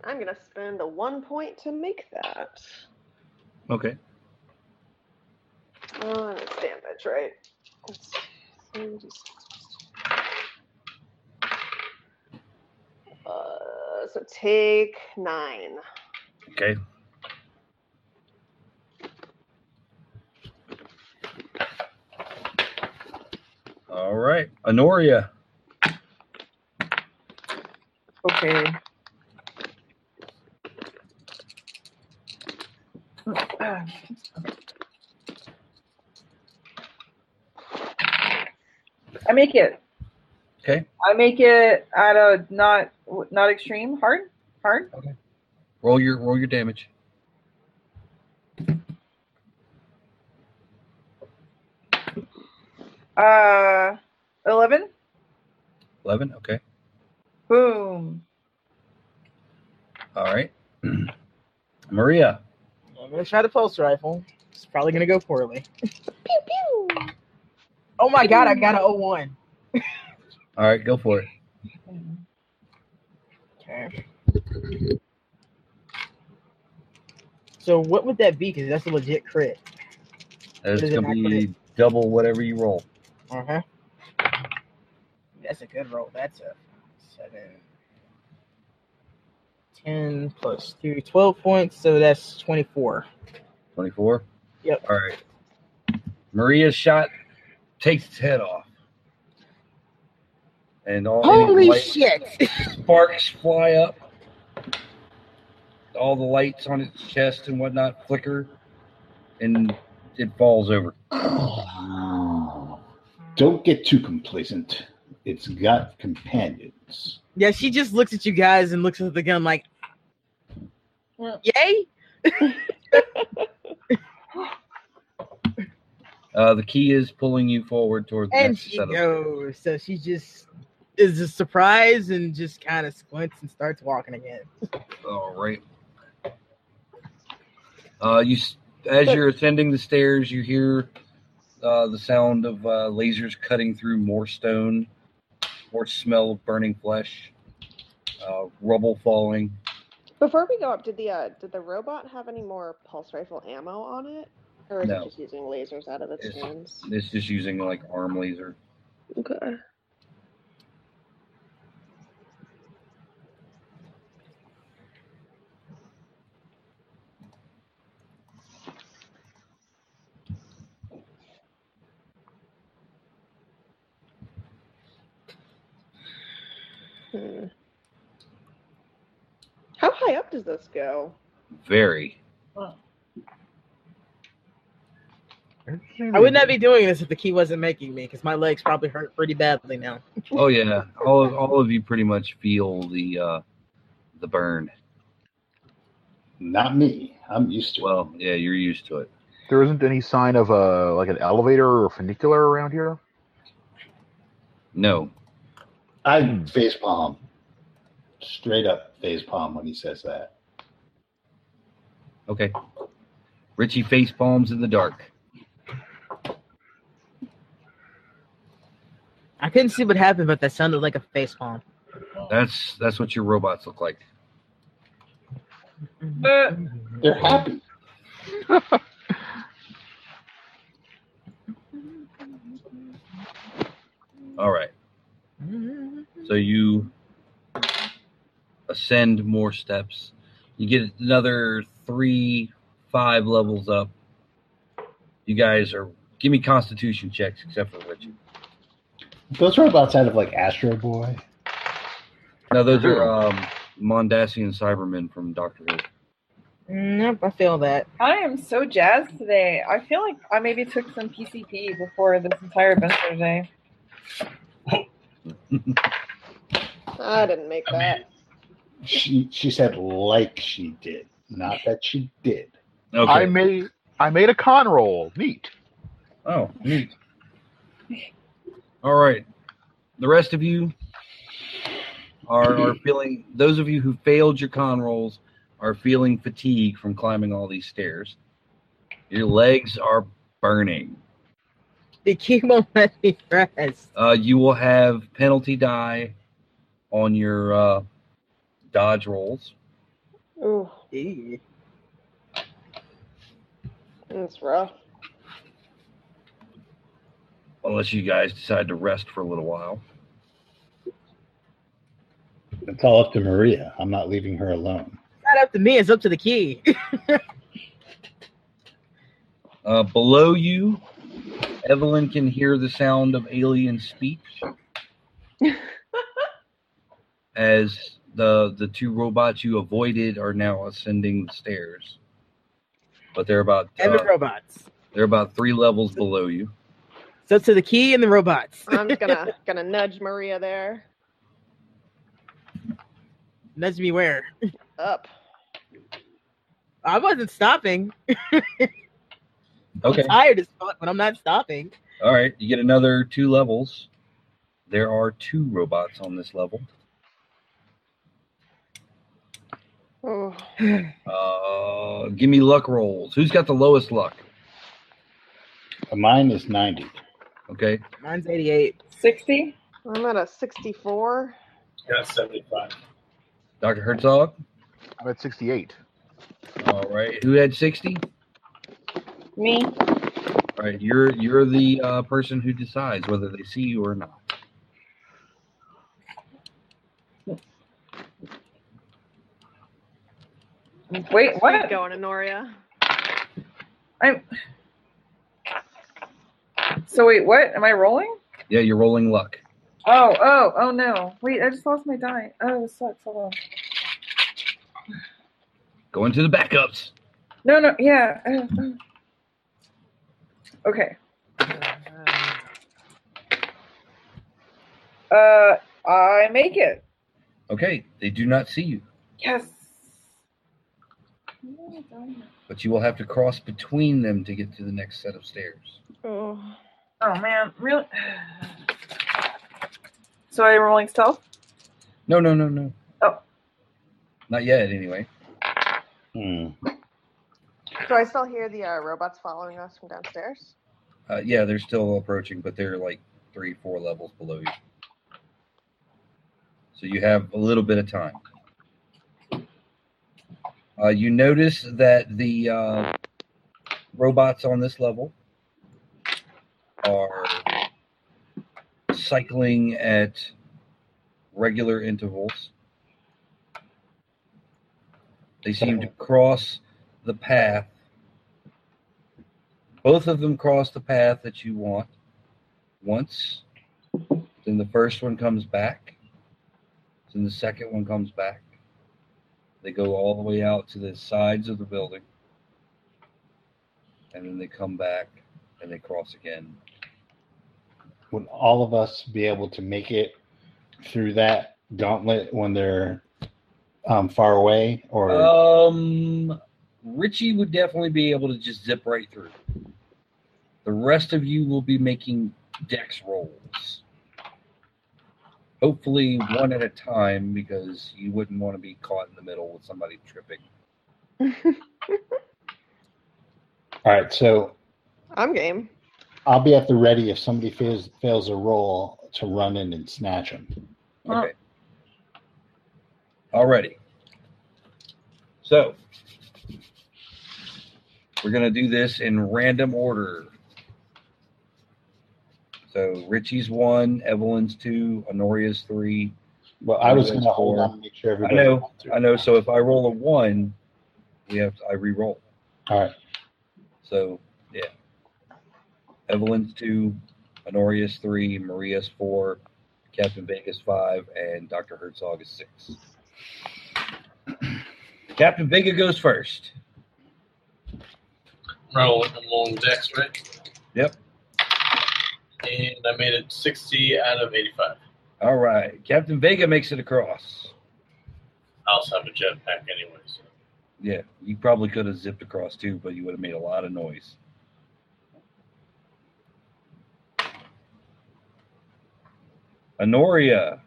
S7: gonna spend the one point to make that.
S5: Okay.
S7: Oh, and it's damage, right? It's 36. Uh, so take nine.
S5: Okay. All right. Honoria.
S8: Okay. I make it.
S5: Okay.
S8: I make it at a not not extreme hard hard.
S5: Roll your roll your damage.
S8: Uh, eleven.
S5: Eleven. Okay.
S8: Boom.
S5: All right. [clears throat] Maria.
S3: I'm gonna try the pulse rifle. It's probably gonna go poorly.
S7: Pew pew.
S3: Oh my god, I got a 01.
S5: All right, go for it.
S3: Okay. So what would that be? Because that's a legit crit.
S5: It's
S3: Is it
S5: gonna
S3: not
S5: be double whatever you roll.
S3: Uh huh. That's a good roll. That's a seven. 10 plus 2, 12 points, so that's 24.
S5: 24?
S3: Yep.
S5: All right. Maria's shot takes its head off. And all any
S3: Holy
S5: light-
S3: shit!
S5: sparks fly up. All the lights on its chest and whatnot flicker. And it falls over.
S4: Oh, Don't get too complacent. It's got companions.
S3: yeah, she just looks at you guys and looks at the gun like, yay?
S5: Uh, the key is pulling you forward towards the
S3: And
S5: next
S3: she
S5: set of-
S3: goes. So she just is just surprised and just kind of squints and starts walking again.
S5: All right. Uh, you, s- as you're ascending the stairs, you hear uh, the sound of uh, lasers cutting through more stone More smell of burning flesh, uh, rubble falling.
S7: Before we go up, did the uh, did the robot have any more pulse rifle ammo on it, or is
S5: No.
S7: it just using lasers out of its
S5: It's-
S7: hands?
S5: It's just using like arm laser.
S7: Okay. Hmm. How high up does this go?
S5: Very.
S3: I would
S4: Hmm.
S3: not be doing this if the key wasn't making me, because my legs probably hurt pretty badly now.
S5: Oh yeah, all of, all of you pretty much feel the uh, the burn.
S4: Not me. I'm used to it.
S5: Well, yeah, you're used to it.
S6: There isn't any sign of a like an elevator or funicular around here.
S5: No,
S4: I face palm. Straight up face palm when he says that.
S5: okay. Richie face palms in the dark.
S3: I couldn't see what happened, but that sounded like a face palm.
S5: That's that's what your robots look like.
S8: Uh,
S4: They're happy.
S5: All right.
S3: Mm-hmm.
S5: So you ascend more steps. You get another three, five levels up. You guys are give me Constitution checks, except for Richie.
S4: Those robots out of like Astro Boy.
S5: No, those are um, Mondasian Cybermen from Doctor Who.
S3: Nope, I feel that.
S8: I am so jazzed today. I feel like I maybe took some PCP before this entire adventure today.
S7: I didn't make that.
S4: She she said like she did, not that she did.
S5: Okay.
S6: I made I made a con roll. Neat.
S5: Oh, neat. All right. The rest of you are, are feeling, those of you who failed your con rolls are feeling fatigue from climbing all these stairs. Your legs are burning.
S3: The key [laughs] won't let me rest.
S5: Uh, you will have penalty die on your uh, dodge rolls.
S7: Ooh,
S3: Ew.
S7: that's rough.
S5: Unless you guys decide to rest for a little while.
S4: It's all up to Maria. I'm not leaving her alone.
S3: It's not up to me, it's up to the key. [laughs]
S5: Uh, below you, Evelyn can hear the sound of alien speech as the the two robots you avoided are now ascending the stairs. But they're about
S3: and
S5: uh,
S3: the robots.
S5: they're about three levels below you.
S3: It's up to the key and the robots.
S7: I'm just gonna [laughs] gonna nudge Maria there
S3: Nudge me where?
S7: up.
S3: I wasn't stopping.
S5: Okay,
S3: I'm tired as fuck, but I'm not stopping.
S5: all right. You get another two levels. There are two robots on this level.
S4: [sighs]
S7: Oh,
S5: Uh, give me luck rolls. Who's got the lowest luck?
S4: Mine is 90.
S5: Okay,
S3: Mine's 88.
S8: 60?
S7: I'm at a 64.
S9: Got 75.
S5: Doctor Herzog.
S6: I'm at 68.
S5: All right, who had sixty?
S8: Me?
S5: All right, you're you're the uh, person who decides whether they see you or not.
S8: Wait,
S7: Keep
S8: what?
S7: going, Honoria.
S8: I'm. So wait, what? Am I rolling?
S5: Yeah, you're rolling luck.
S8: Oh, oh, oh no! Wait, I just lost my die. Oh, this sucks. Hold on.
S5: Going to the backups.
S8: No, no, yeah. oh, oh. Okay. Uh, I make it.
S5: Okay, they do not see you,
S8: Yes.
S5: but you will have to cross between them to get to the next set of stairs.
S7: Oh,
S8: Oh man, really? So I'm rolling stealth.
S5: No, no, no, no.
S8: Oh.
S5: Not yet, anyway.
S4: Hmm.
S7: do I still hear the uh, robots following us from [laughs] downstairs?
S5: Uh, yeah, they're still approaching, but they're like three, four levels below you. So you have a little bit of time. Uh, you notice that the uh, robots on this level are cycling at regular intervals. They seem to cross the path. Both of them cross the path that you want once. Then the first one comes back. Then the second one comes back. They go all the way out to the sides of the building. And then they come back and they cross again.
S4: Would all of us be able to make it through that gauntlet when they're um, far away? Or
S5: Um, Richie would definitely be able to just zip right through. The rest of you will be making dex rolls. Hopefully, one at a time because you wouldn't want to be caught in the middle with somebody tripping.
S4: all right, so
S7: I'm game.
S4: I'll be at the ready if somebody fails fails a roll to run in and snatch them.
S5: Okay. Alrighty. So we're gonna do this in random order. So Richie's one, Evelyn's two, Honoria's three.
S4: Well, I was
S5: Everybody's
S4: going to hold
S5: four.
S4: on and make sure
S5: I
S4: everybody.
S5: know, I know. So if I roll a one, we have I re-roll.
S4: All right.
S5: So yeah. Evelyn's two, Honoria's three, Maria's four, Captain Vegas five, and Dr. Herzog is six. [clears throat] Captain Vega goes first.
S9: Roll, I'm rolling dex, right?
S5: Yep.
S9: And I made it 60 out of 85.
S5: All right. Captain Vega makes it across.
S9: I also have a jetpack, anyways.
S5: Yeah, you probably could have zipped across too, but you would have made a lot of noise. Honoria.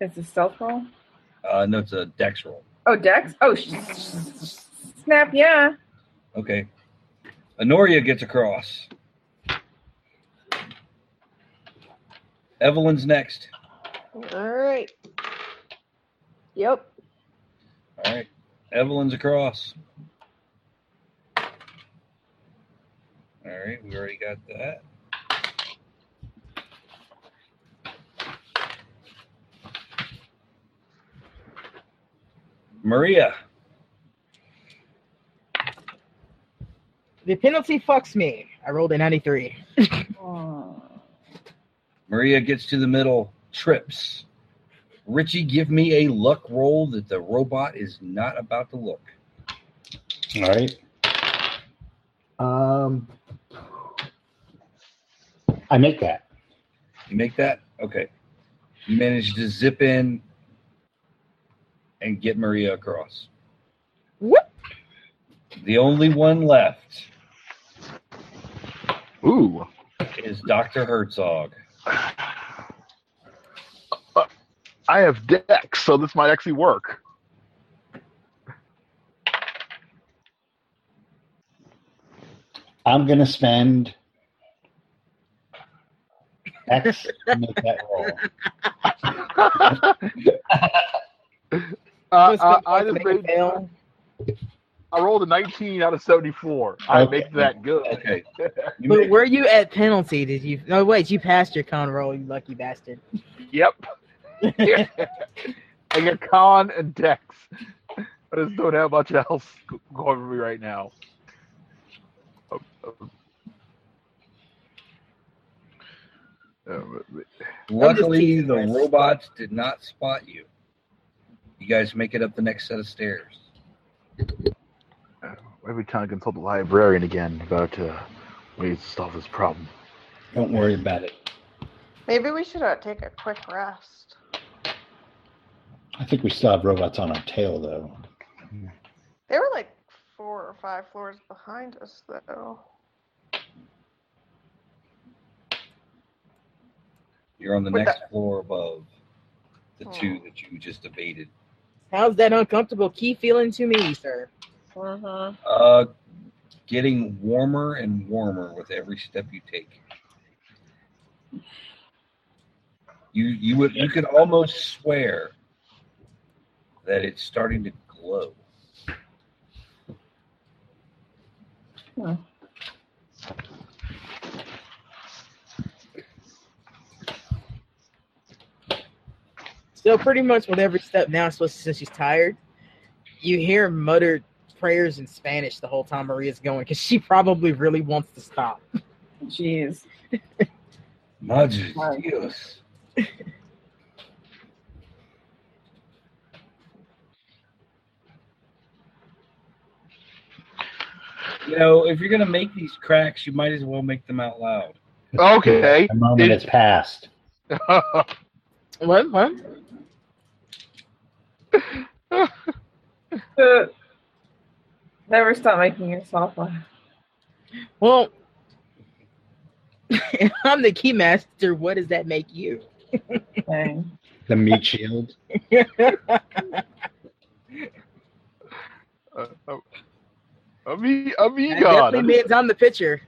S8: It's a stealth roll.
S5: Uh, no, it's a dex roll.
S8: Oh, Dex. Oh, sh- snap! Yeah.
S5: Okay. Honoria gets across. Evelyn's next.
S7: All right. Yep.
S5: All right. Evelyn's across. All right. We already got that. Maria.
S3: The penalty fucks me. I rolled a 93.
S8: Oh.
S5: Maria gets to the middle, trips. Richie, give me a luck roll that the robot is not about to look.
S4: All right. Um, I make that.
S5: You make that? Okay. You manage to zip in and get Maria across.
S3: Whoop.
S5: The only one left
S6: Ooh.
S5: is Dr. Herzog.
S6: I have Dex, so this might actually work.
S4: I'm going to spend X to make that roll.
S6: uh, uh, I just made,
S3: fail.
S6: I rolled a 19 out of 74. I
S4: Okay.
S6: make that good.
S5: Okay. You
S3: But
S5: make-
S3: were you at penalty? Did you? No, wait. You passed your con roll, you lucky bastard.
S6: Yep. I get con [laughs] and dex. I just don't have much else go- going for me right now. Um, um, um,
S5: luckily,
S3: teasing
S5: the
S3: guys.
S5: robots did not spot you. You guys make it up the next set of stairs.
S6: every time I consult the librarian again about uh, ways to solve this problem.
S4: Don't worry about it.
S7: Maybe we should uh, take a quick rest.
S4: I think we still have robots on our tail, though.
S7: They were like four or five floors behind us, though.
S5: You're on the
S7: With
S5: next floor above the two that you just evaded.
S3: How's that uncomfortable key feeling to me, sir?
S8: Uh-huh.
S5: Uh, getting warmer and warmer with every step you take. You you would you could almost swear that it's starting to glow.
S3: So pretty much with every step now, especially since she's tired, you hear muttered prayers in Spanish the whole time Maria's going because she probably really wants to stop.
S8: Jeez.
S5: Madre
S8: Right.
S5: Dios. You know, if you're gonna make these cracks, you might as well make them out loud.
S6: Okay.
S4: The moment has passed.
S3: What? What?
S8: Uh, never stop making yourself laugh.
S3: Well, [laughs] if I'm the key master. What does that make you?
S8: Dang.
S4: The meat shield.
S6: Uh, uh, ami-
S3: That
S6: Amiga.
S4: [laughs]
S3: definitely means I'm the pitcher.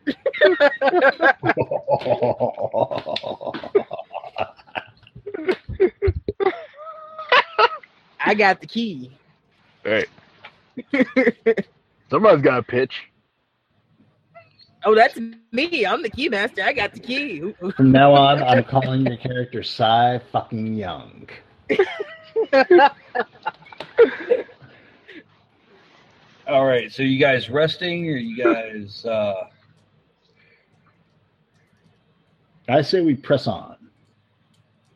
S3: I got the key.
S6: Hey, somebody's got a pitch.
S3: oh, that's me. I'm the key master. I got the key. Ooh, ooh.
S4: From now on, I'm calling your character Cy
S3: [laughs]
S4: fucking Young.
S5: All right, so you guys resting or you guys uh
S4: I say we press on.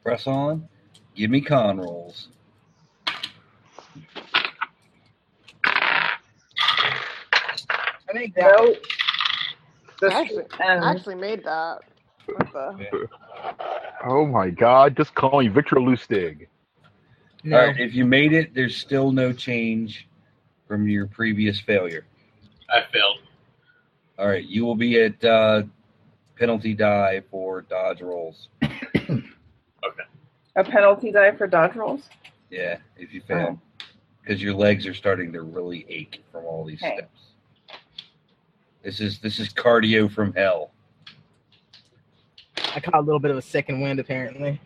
S5: press on? Give me con rolls.
S3: I think that-
S8: Nope. This
S7: Actually-
S8: ends.
S7: I actually made that. What the?
S6: Oh my god, just call me Victor Lustig.
S3: no.
S5: All right, if you made it, there's still no change from your previous failure.
S9: I failed.
S5: All right, you will be at uh, penalty die for dodge rolls.
S8: a penalty die for dodge rolls.
S5: Yeah, if you fail, because your legs are starting to really ache from all these
S8: Okay.
S5: steps. This is this is cardio from hell.
S3: I caught a little bit of a second wind, apparently.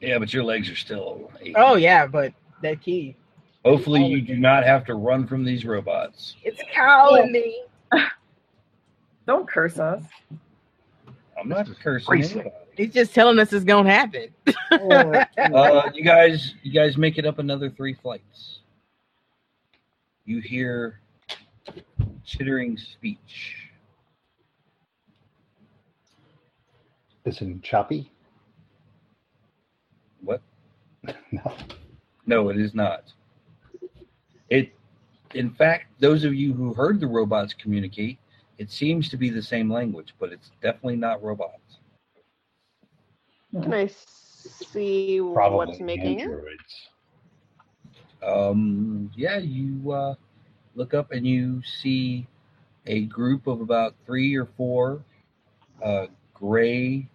S5: Yeah, but your legs are still. Aching.
S3: Oh yeah, but that key.
S5: Hopefully, you do not have to run from these robots.
S3: It's calling me.
S8: Oh, Don't curse us.
S5: I'm not
S6: This is
S5: cursing
S6: crazy.
S5: anybody.
S3: He's just telling us it's gonna happen. [laughs]
S5: Uh, you guys, you guys make it up another three flights. You hear chittering speech.
S4: Is it choppy?
S5: What?
S4: No.
S5: No, it is not. It, in fact, those of you who heard the robots communicate, it seems to be the same language, but it's definitely not robots.
S7: Can I see what's making it?
S4: androids.
S5: Um, yeah, you uh, look up and you see a group of about three or four uh, gray,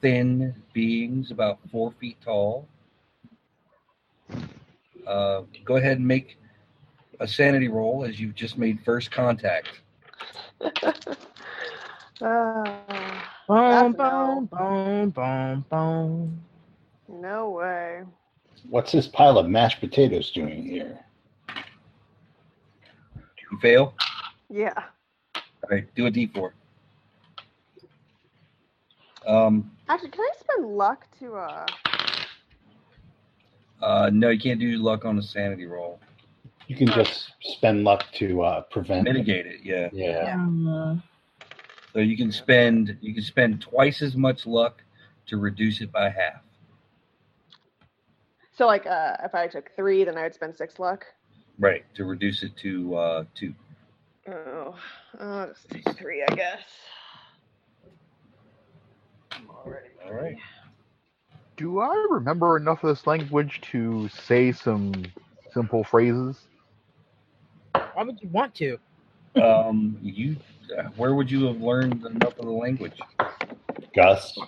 S5: thin beings, about four feet tall. Uh, go ahead and make a sanity roll as you've just made first contact.
S7: [laughs] Uh,
S3: Boom,
S7: That's no.
S3: boom, boom, boom, boom.
S7: no way.
S4: What's this pile of mashed potatoes doing here?
S5: You fail.
S7: Yeah.
S5: All right, do a D4. Um,
S7: Actually, can I spend luck to uh?
S5: uh, no, you can't do luck on a sanity roll.
S4: You can just spend luck to uh, prevent.
S5: Mitigate it, yeah.
S4: Yeah.
S5: So you can spend you can spend twice as much luck to reduce it by half.
S7: So like uh, if I took three, then I would spend six luck.
S5: Right. To reduce it to uh two.
S7: Oh, I'll just take three, I guess.
S5: All right.
S6: Do I remember enough of this language to say some simple phrases?
S3: Why would you want to?
S5: Um you uh, where would you have learned enough of the language?
S4: Gus,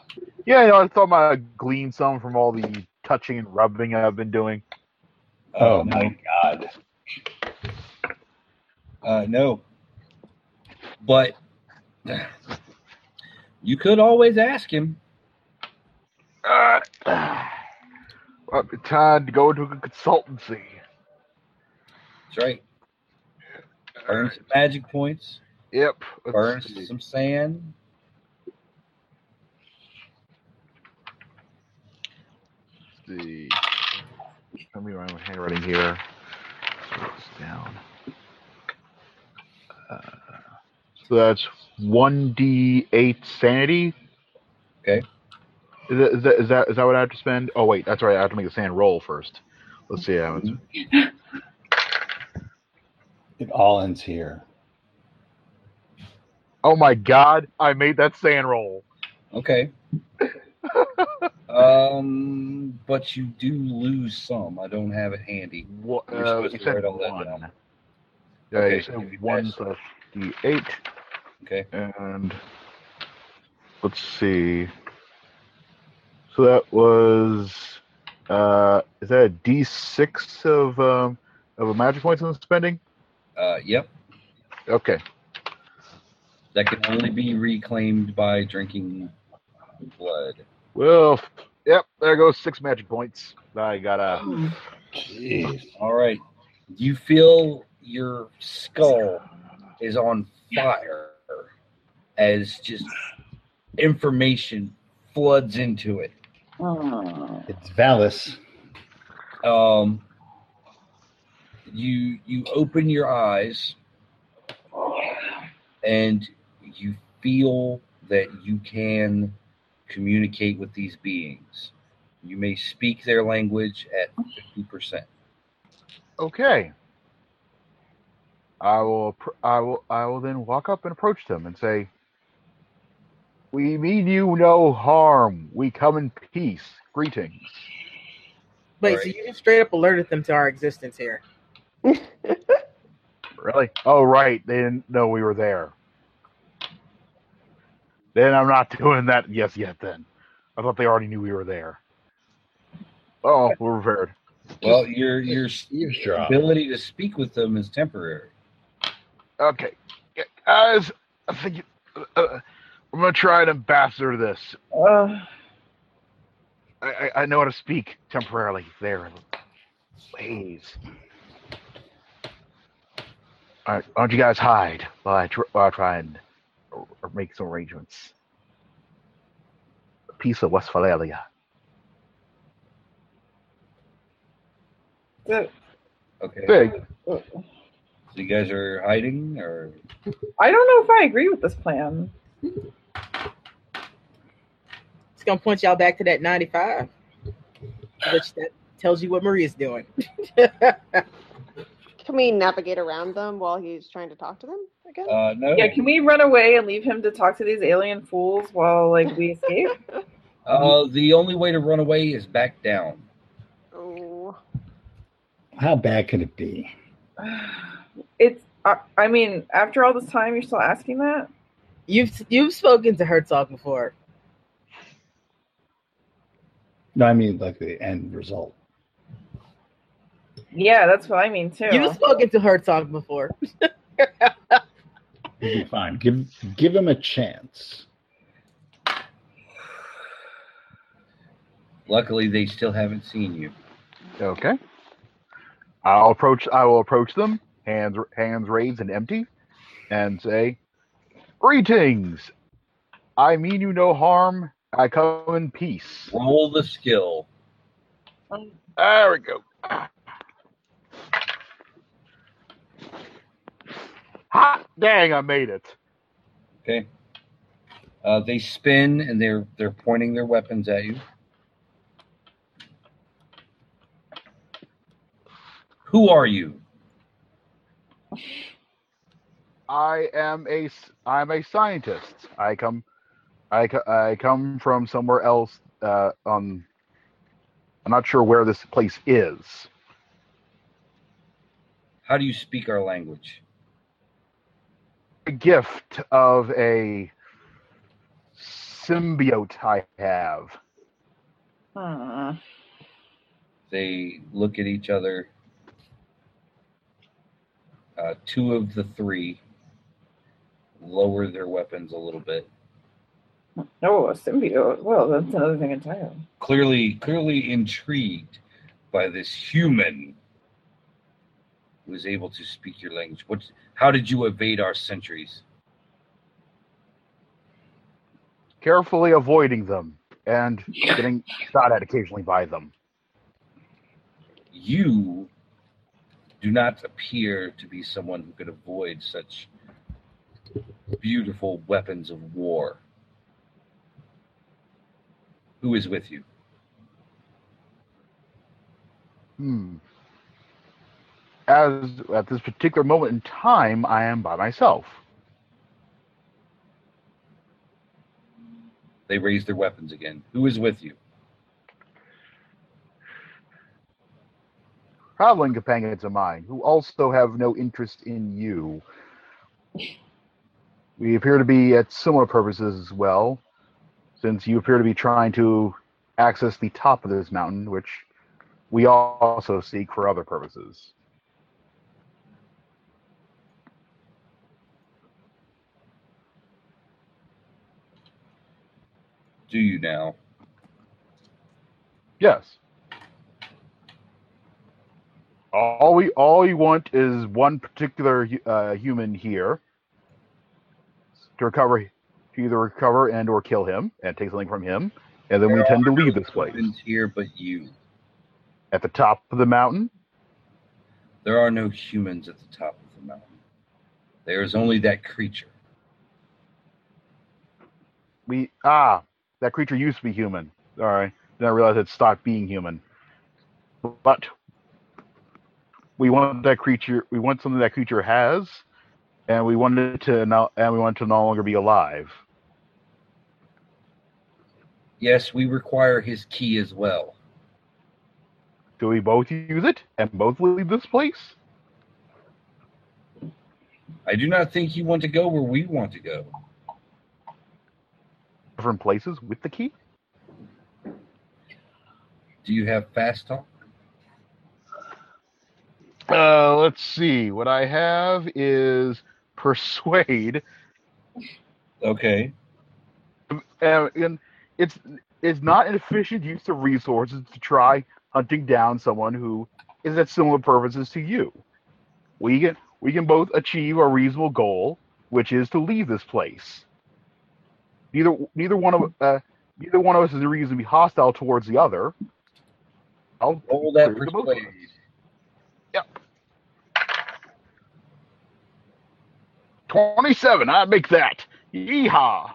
S6: Yeah, you know, I thought I might glean some from all the
S5: Oh,
S6: touching and rubbing I've been doing.
S4: Oh,
S5: Uh,
S4: my God.
S5: Uh, no. But you could always ask him.
S4: Uh,
S5: Ah.
S6: [sighs]
S4: well, it's time to go to a consultancy.
S5: That's right. Earn some magic points.
S4: Yep. let's
S5: Burn
S4: see.
S5: some sand.
S4: see. Tell me my own handwriting here. Scroll this down. Uh, so that's one d eight sanity.
S5: Okay.
S4: Is that, is that is that is that what I have to spend? Oh wait, that's right. I have to make the sand roll first. Let's see how it's.
S6: [laughs] It all ends here.
S4: Oh my god! I made that sand roll.
S5: Okay. um, but you do lose some. I don't have it handy.
S4: What?
S5: You're
S4: Uh,
S5: supposed
S4: you
S5: to
S4: said
S5: write all that
S4: one.
S5: down.
S4: Yeah,
S5: Okay,
S4: you
S5: if you
S4: said one
S5: pass.
S4: plus d eight.
S5: Okay.
S4: And let's see. So that was uh is that a D six of um of a magic points on spending?
S5: Uh, yep.
S4: Okay.
S5: That can only be reclaimed by drinking blood.
S4: Well f- yep, there goes six magic points. I gotta
S6: Jeez.
S5: All right. You feel your skull is on fire as just information floods into it.
S6: It's Valis.
S5: um, you you open your eyes and you feel that you can communicate with these beings. You may speak their language at fifty percent.
S4: Okay. I will pr- I will I will then walk up and approach them and say We mean you no harm. We come in peace. Greetings.
S3: Wait,
S5: Right.
S3: so you just straight up alerted them to our existence here.
S4: Really? Oh, right. They didn't know we were there. Then I'm not [laughs] doing that yes yet, then. I thought they already knew we were there. Oh, we're prepared.
S5: Well, your your
S6: Eavesdrop.
S5: ability to speak with them is temporary.
S4: Okay. Yeah, Guys, I think uh, I'm going to try an ambassador this.
S8: Uh,
S4: I, I, I know how to speak temporarily there. Please. All right, why don't you guys hide while I, tr- while I try and or, or make some arrangements? Peace of Westphalia.
S8: the-
S5: Okay, so
S4: Big.
S5: you guys are hiding, or
S8: I don't know if I agree with this plan.
S3: It's gonna point y'all back to that 95, which that tells you what Maria's doing.
S7: Can we navigate around them while he's trying to talk to them again?
S5: uh, no?
S8: Yeah, can we run away and leave him to talk to these alien fools while like we escape? [sighs]
S5: Uh, the only way to run away is back down.
S7: oh,
S6: How bad could it be?
S8: it's. I, I mean, after all this time, you're still asking that.
S3: You've you've spoken to Herzog before.
S6: No, I mean like the end result.
S8: Yeah, that's what I mean too.
S3: You've spoken to Herzog before.
S6: It'll be fine. Give give him a chance.
S5: Luckily, they still haven't seen you.
S4: Okay. I'll approach. I will approach them, hands hands raised and empty, and say, "Greetings. I mean you no harm. I come in peace."
S5: Roll the skill.
S4: There we go. Hot dang! I made it.
S5: Okay. Uh, they spin and they're they're pointing their weapons at you. Who are you?
S4: I am a s- I'm a scientist. I come I, co- I come from somewhere else uh on I'm not sure where this place is.
S5: How do you speak our language?
S4: a gift of a symbiote I have.
S8: Hmm.
S5: They look at each other. Uh, Uh, two of the three lower their weapons a little bit.
S8: Oh, a symbiote. Well, that's another thing entirely.
S5: Clearly, clearly intrigued by this human who is able to speak your language. What? How did you evade our sentries?
S4: Carefully avoiding them and getting shot at occasionally by them.
S5: you do not appear to be someone who could avoid such beautiful weapons of war. Who is with you?
S4: Hmm. As at this particular moment in time, I am by myself.
S5: They raise their weapons again. Who is with you?
S4: Traveling companions of mine who also have no interest in you. We appear to be at similar purposes as well, since you appear to be trying to access the top of this mountain, which we al- also seek for other purposes.
S5: Do you now?
S4: Yes. All we all we want is one particular hu- uh, human here to recover, to either recover and or kill him and take something from him, and then we
S5: There
S4: tend to
S5: are
S4: leave
S5: no
S4: this place.
S5: humans here, but you.
S4: At the top of the mountain,
S5: There are no humans at the top of the mountain. There is only that creature.
S4: we ah that creature used to be human. Sorry, then I realized it stopped being human. But we want that creature. We want something that creature has, and we want it to now, and we want it to no longer be alive.
S5: Yes, we require his key as well.
S4: Do we both use it and both leave this place?
S5: I do not think you want to go where we want to go.
S4: Different places with the key?
S5: Do you have fast talk?
S4: Uh, let's see. What I have is persuade,
S5: Okay.
S4: and, and it's it's not an efficient use of resources to try hunting down someone who is at similar purposes to you. We can we can both achieve a reasonable goal, which is to leave this place. Neither neither one of uh, neither one of us is a reason to be hostile towards the other. I'll
S5: Roll that
S4: Clear the both of
S5: persuade.
S4: us. 27. I make that. Yeehaw.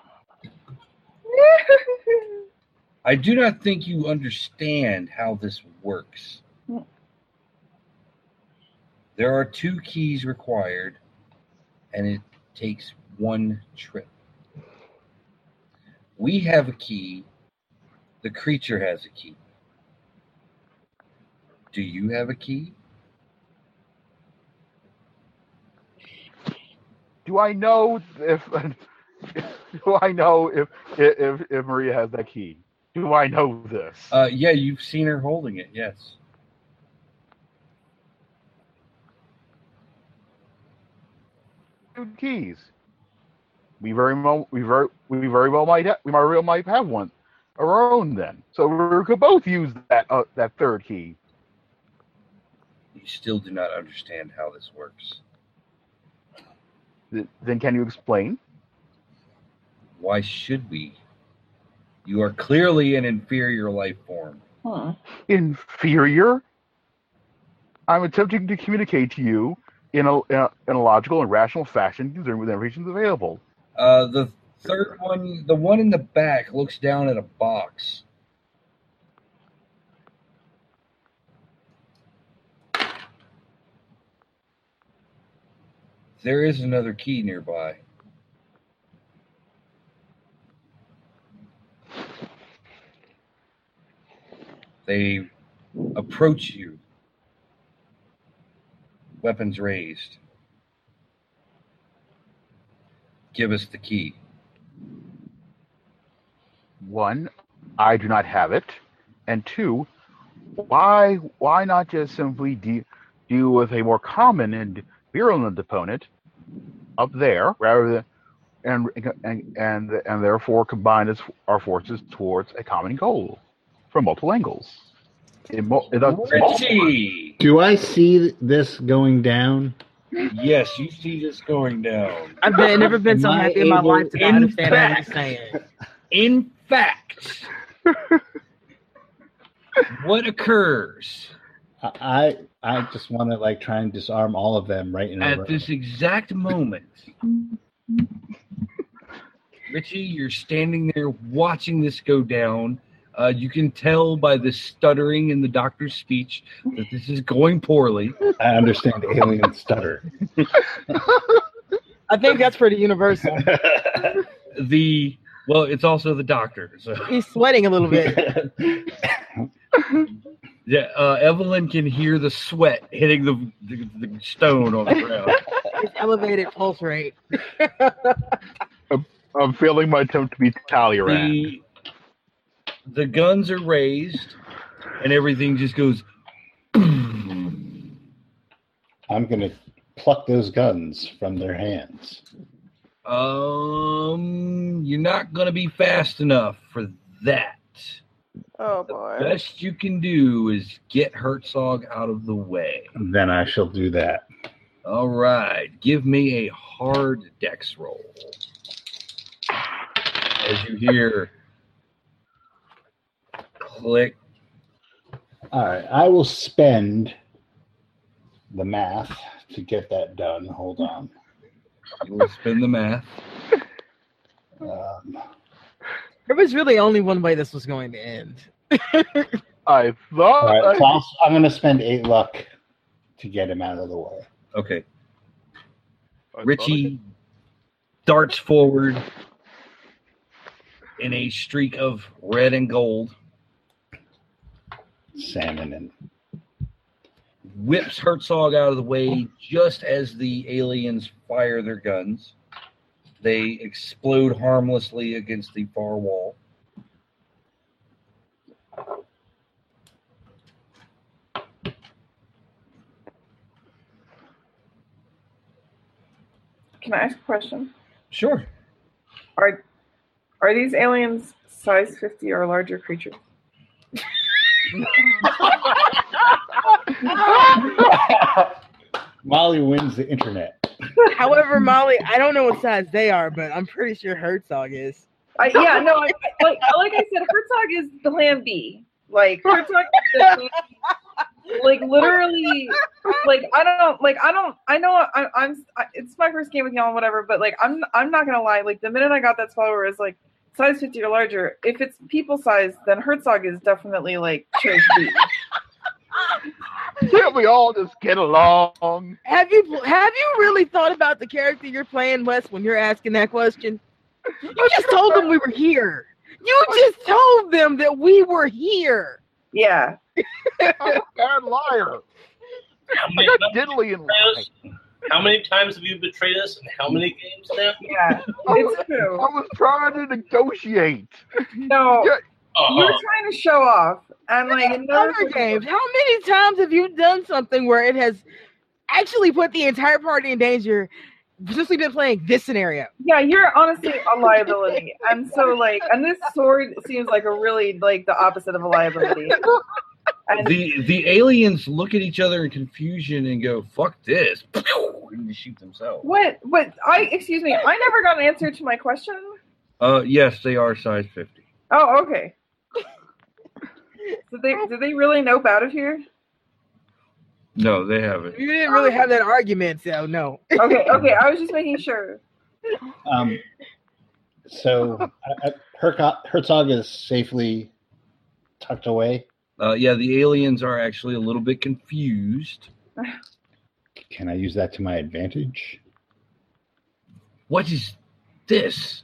S5: I do not think you understand how this works.
S8: Hmm.
S5: There are two keys required, and it takes one trip. We have a key, the creature has a key. Do you have a key?
S4: Do I know if [laughs] do I know if if if Maria has that key? Do I know this?
S5: Uh, yeah, you've seen her holding it, yes.
S4: Two keys. We very well we very we very well might ha- we might real might have one of our own then. So we could both use that uh, that third key.
S5: You still do not understand how this works.
S4: Th- Then can you explain?
S5: Why should we? You are clearly an inferior life form.
S8: Hmm.
S4: Inferior. I'm attempting to communicate to you in a in a, in a logical and rational fashion, considering the information is available.
S5: Uh, the third one, the one in the back, looks down at a box. There is another key nearby. They approach you, weapons raised. Give us the key.
S4: one, I do not have it, and two, why why not just simply de- deal with a more common and
S6: virulent opponent up there rather than and and and, and therefore combine his, our forces towards a common goal from multiple angles. It, mul- it does-
S5: Richie!
S4: Do I see this going down?
S5: Yes, you see this going down.
S3: I've been, never been so
S4: Am I
S3: happy in my
S4: able-
S3: life to not
S5: In
S3: understand what I'm
S5: fact-
S3: saying.
S5: In fact, what occurs
S4: I I I just want to like try and disarm all of them right in a row.
S5: at this exact moment? Richie, you're standing there watching this go down. Uh, you can tell by the stuttering in the doctor's speech that this is going poorly.
S4: I understand alien stutter.
S3: I think that's pretty universal.
S5: The well, it's also the doctor. So [laughs]
S3: He's sweating a little bit.
S5: yeah, uh, Evelyn can hear the sweat hitting the, the, the stone on the
S4: [laughs]
S5: ground.
S3: His elevated pulse rate.
S6: I'm failing my attempt to be Talleyrand.
S5: the, the guns are raised and everything just goes [clears throat]
S4: I'm gonna pluck those guns from their hands.
S5: um you're not going to be fast enough for that
S7: Oh boy.
S5: best you can do is get herzog out of the way
S4: Then I shall do that.
S5: all right give me a hard dex roll as you hear click
S4: All right, I will spend the math to get that done. Hold on.
S5: you will spin the math
S4: Um,
S3: There was really only one way this was going to end.
S6: I thought
S4: all right, so
S6: I,
S4: I'll, I'm gonna spend eight luck to get him out of the way.
S5: okay
S6: I thought I-
S5: Richie darts forward in a streak of red and gold,
S4: Salmon and
S5: whips Herzog out of the way just as the aliens fire their guns. They explode harmlessly against the far wall.
S8: Can I ask a question?
S5: Sure.
S8: Are are these aliens size fifty or larger creatures?
S4: Molly wins the internet.
S6: [laughs]
S3: However, Molly, I don't know what size they are, but I'm pretty sure Herzog is.
S8: I, Uh, yeah, no, I, I- like like I said, Herzog is the plan B. Like Herzog, is the plan B. like literally, like I don't know, like I don't, I know I, I'm. I, it's my first game with y'all and whatever, but like I'm, I'm not gonna lie. Like the minute I got that spell where it's like size fifty or larger, if it's people size, then Herzog is definitely like choice B.
S6: Can't we all just get along?
S3: Have you have you really thought about the character you're playing, Wes, when you're asking that question? You just told them we were here. You just told them that we were here.
S8: Yeah,
S6: I'm a bad liar.
S9: How
S6: I
S9: many,
S6: got diddly in life.
S9: how many times have you betrayed us and how many games now?
S8: yeah,
S6: I was,
S8: it's true.
S6: I was trying to negotiate.
S8: No, you're
S9: Uh-huh.
S8: trying to show off, and like
S3: In
S8: another
S3: other games, how many times have you done something where it has actually put the entire party in danger since we've been playing this scenario?
S8: Yeah, you're honestly a liability. And so like and this sword seems like a really like the opposite of a liability. And
S5: The the aliens look at each other in confusion and go, "Fuck this!" and they shoot themselves.
S8: what what I excuse me, I never got an answer to my question.
S5: Uh, yes, they are size fifty.
S8: Oh, okay. Did they did they really nope out of here?
S5: No, they haven't.
S3: You didn't really have that argument, so no.
S8: Okay, okay, I was just making sure.
S4: Um, so I- I- Herco- Herzog is safely tucked away.
S5: Uh, yeah, the aliens are actually a little bit confused.
S4: Can I use that to my advantage?
S5: What is this?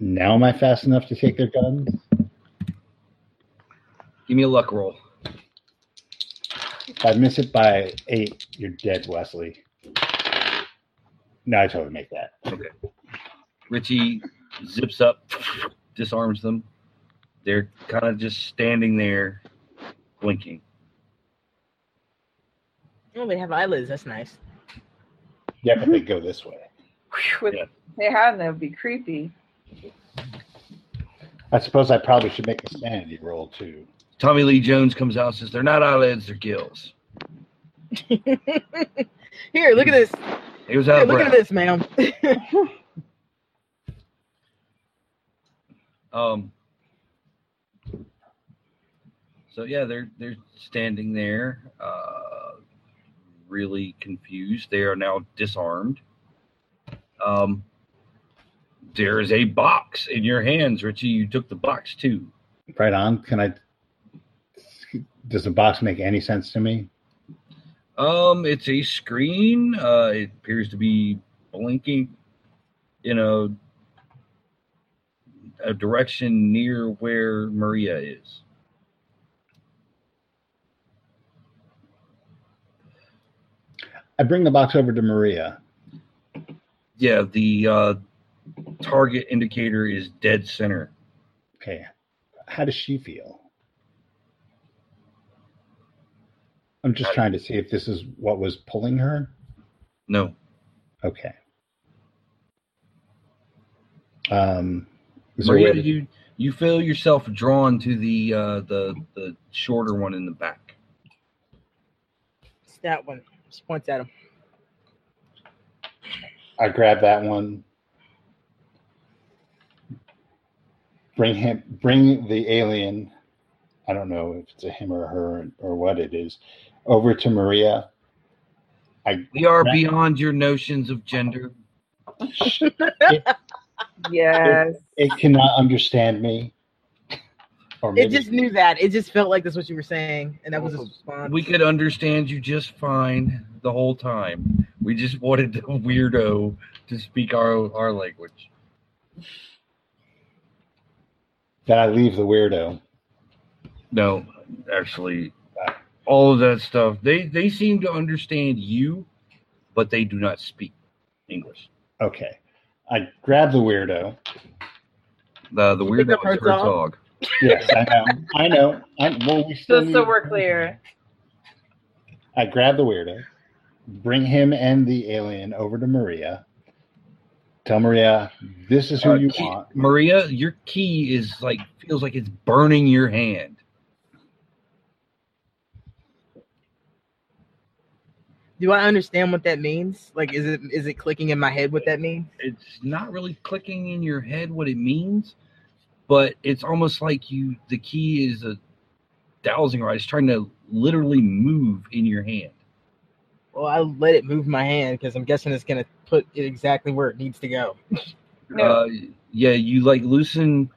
S4: Now am I fast enough to take their guns?
S5: Give me a luck roll.
S4: If I miss it by eight, you're dead, Wesley. No, I totally make that.
S5: Richie zips up, disarms them. They're kind of just standing there, blinking.
S3: Oh, they have eyelids. That's [laughs] nice.
S4: Yeah, but they go this way.
S8: With,
S5: Yeah.
S8: They had and that would be creepy.
S4: I suppose I probably should make a sanity roll too.
S5: Tommy Lee Jones comes out and says, They're not eyelids, they're gills.
S3: Here, look at this.
S5: He was out
S3: Here,
S5: of
S3: look at
S5: breath.
S3: this, ma'am.
S5: Um, so yeah, they're they're standing there, uh, really confused. They are now disarmed. Um, there is a box in your hands, Richie. You took the box too.
S4: Right on. Can I? Does the box make any sense to me?
S5: Um, it's a screen. Uh, it appears to be blinking in a a direction near where Maria is.
S4: I bring the box over to Maria.
S5: Yeah, the uh, target indicator is dead center.
S4: Okay. How does she feel? I'm just trying to see if this is what was pulling her.
S5: No.
S4: Okay. Um, is there a
S5: Maria,
S4: way to-
S5: you you feel yourself drawn to the uh, the the shorter one in the back.
S3: It's that one. Just points at him.
S4: I grab that one. Bring him. Bring the alien. I don't know if it's a him or a her or what it is. Over to Maria. I
S5: We are
S4: Right.
S5: beyond your notions of gender.
S8: Yes.
S4: it cannot understand me. [laughs] Or
S3: It
S4: maybe
S3: just knew that. It just felt like that's what you were saying, and that was his response.
S5: We could understand you just fine the whole time. We just wanted the weirdo to speak our our language.
S4: that I leave the weirdo.
S5: No, actually, all of that stuff. They they seem to understand you, but they do not speak English.
S4: Okay. I grab the weirdo.
S5: The the
S3: You pick
S5: weirdo
S3: up
S5: is
S3: Herzog?
S5: Herzog.
S4: Yes, I know. I know. I, well, we still
S8: Just
S4: need
S8: so
S4: to-
S8: we're clear.
S4: I grab the weirdo, bring him and the alien over to Maria. Tell Maria, this is who
S5: Uh,
S4: you
S5: key-
S4: want.
S5: Maria, your key is like feels like it's burning your hand.
S3: Do I understand what that means? Like, is it is it clicking in my head what that means?
S5: It's not really clicking in your head what it means, but it's almost like you the key is a dowsing rod. It's trying to literally move in your hand.
S3: Well, I let it move my hand because I'm guessing it's gonna put it exactly where it needs to go.
S8: No.
S5: Uh, yeah, you like loosen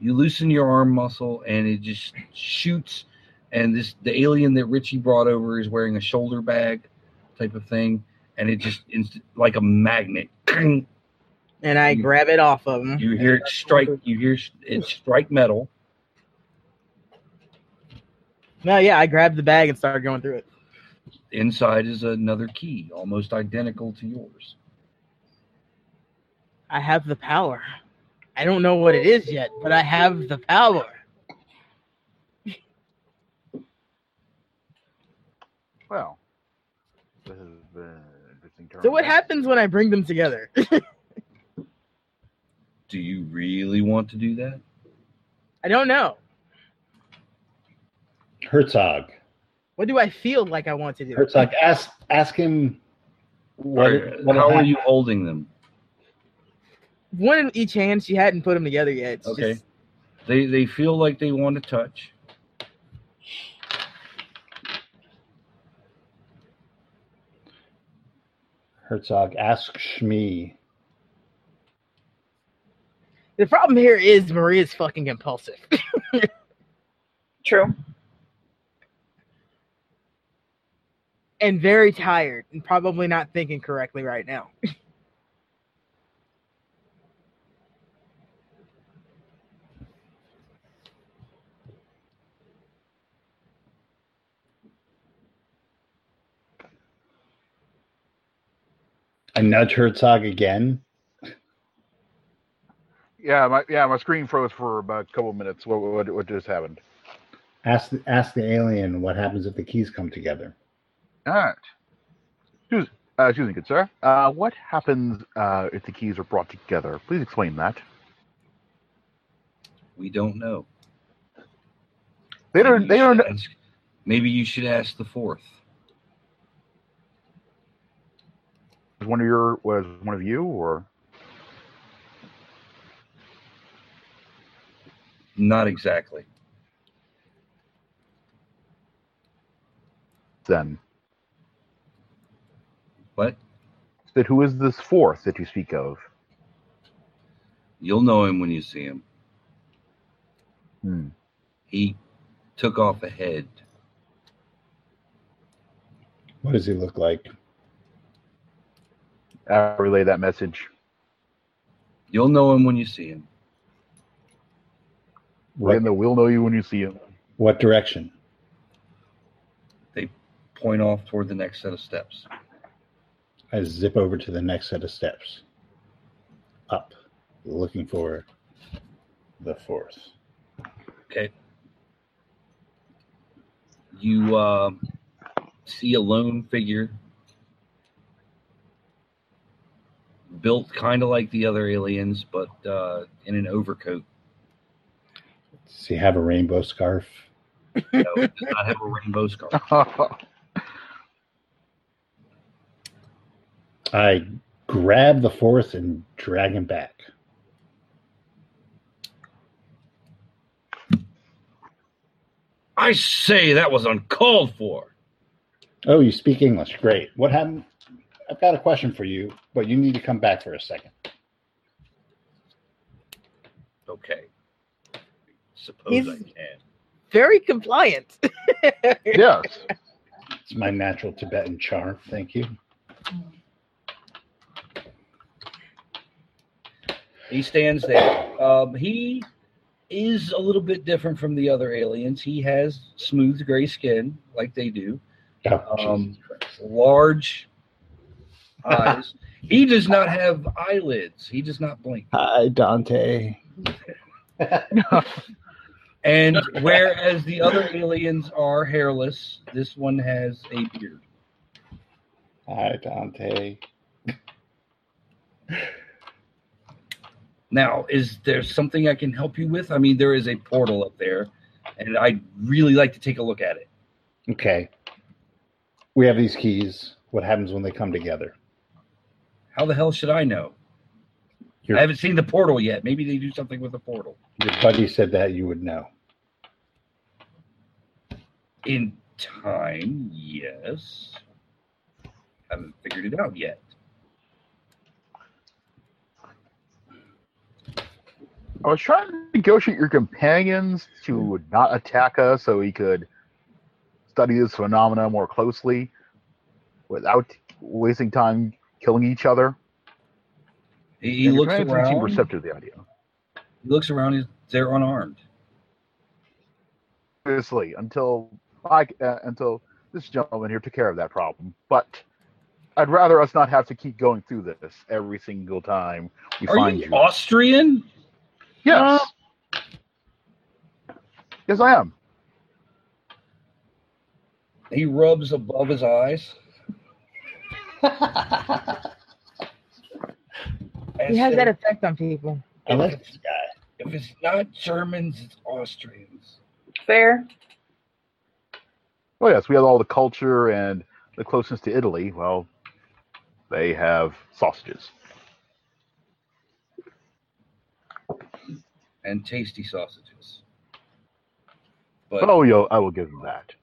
S5: you loosen your arm muscle and it just shoots and this the alien that Richie brought over is wearing a shoulder bag type of thing and it just inst- like a magnet [clears throat]
S3: And I
S5: You-
S3: grab it off of him.
S5: You hear it strike. You hear s- it strike metal.
S3: No, yeah, I grabbed the bag and started going through it.
S5: Inside is another key, almost identical to yours.
S3: I have the power. I don't know what it is yet, but I have the power.
S6: Well, this has been an interesting turn.
S3: So what happens when I bring them together? [laughs]
S5: Do you really want to do that?
S3: I don't know.
S4: Herzog.
S3: What do I feel like I want to do?
S4: Herzog, ask ask him what,
S5: Or
S4: what
S5: how are
S4: happened.
S5: you holding them?
S3: One in each hand. She hadn't put them together yet. It's
S5: Okay.
S3: just-
S5: They they feel like they want to touch.
S4: Herzog, ask Shmi.
S3: the problem here is Maria's fucking impulsive. [laughs]
S8: True.
S3: and very tired and probably not thinking correctly right now.
S4: I nudge Herzog again.
S6: Yeah, my yeah, my screen froze for about a couple minutes. What what, what just happened?
S4: Ask ask the alien what happens if the keys come together.
S6: All right.
S4: Excuse, uh, excuse me, good sir. Uh, what happens uh, if the keys are brought together? Please explain that.
S5: We don't know.
S4: They don't.
S5: Maybe
S4: They
S5: you should
S4: don't.
S5: ask- maybe you should ask the fourth.
S4: Was one of your was one of you or
S5: Not exactly.
S4: then?
S5: What?
S4: That who is this fourth that you speak of?
S5: You'll know him when you see him.
S4: Hmm.
S5: He took off ahead.
S8: What does he look like?
S4: Uh, relay that message.
S5: You'll know him when you see him.
S8: What,
S4: And they will know you when you see him.
S8: what direction?
S5: Point off toward the next set of steps.
S8: I zip over to the next set of steps. Up, looking for the fourth.
S5: Okay. You uh, see a lone figure built kind of like the other aliens, but uh, in an overcoat.
S8: Does he have a rainbow scarf?
S5: No, it does not have a rainbow scarf.
S8: [laughs] I grab the fourth and drag him back.
S5: [laughs] I say that was uncalled for.
S8: Oh, you speak English. Great. What happened? I've got a question for you, but you need to come back for a second.
S5: Okay. Suppose I
S3: He's-
S5: can.
S3: Very compliant. [laughs]
S4: yes.
S8: It's my natural Tibetan charm. Thank you.
S5: He stands there. Um, he is a little bit different from the other aliens. He has smooth gray skin, like they do.
S8: Oh,
S5: Um,
S8: Jesus Christ. [laughs]
S5: large eyes. he does not have eyelids. He does not blink.
S8: Hi, Dante. [laughs]
S5: And whereas the other aliens are hairless, this one has a beard.
S8: Hi, Dante.
S5: [laughs] Now, is there something I can help you with? I mean, there is a portal up there, and I'd really like to take a look at it.
S8: Okay. We have these keys. What happens when they come together?
S5: How the hell should I know?
S8: Your,
S5: I haven't seen the portal yet. Maybe they do something with the portal.
S8: your buddy said that you would know.
S5: In time, yes. Haven't figured it out yet.
S4: I was trying to negotiate your companions to
S5: Hmm.
S4: not attack us so we could study this phenomena more closely without wasting time killing each other.
S5: He, he
S4: And your
S5: looks
S4: companions didn't seem
S5: around.
S4: receptive to the idea.
S5: He looks around. He's, they're unarmed.
S4: Seriously, until I, uh, until this gentleman here took care of that problem. But I'd rather us not have to keep going through this every single time we
S5: Are
S4: find
S5: you
S4: you.
S5: Austrian?
S4: Yes.
S10: Uh,
S4: yes, I am.
S5: He rubs above his
S3: [laughs]
S5: eyes.
S3: He has that effect on people.
S8: I like this guy.
S5: If it's not Germans, it's Austrians.
S10: Fair.
S4: Oh yes, we have all the culture and the closeness to Italy. Well, they have sausages.
S5: and tasty sausages. But
S4: Oh, yo, I will give them that.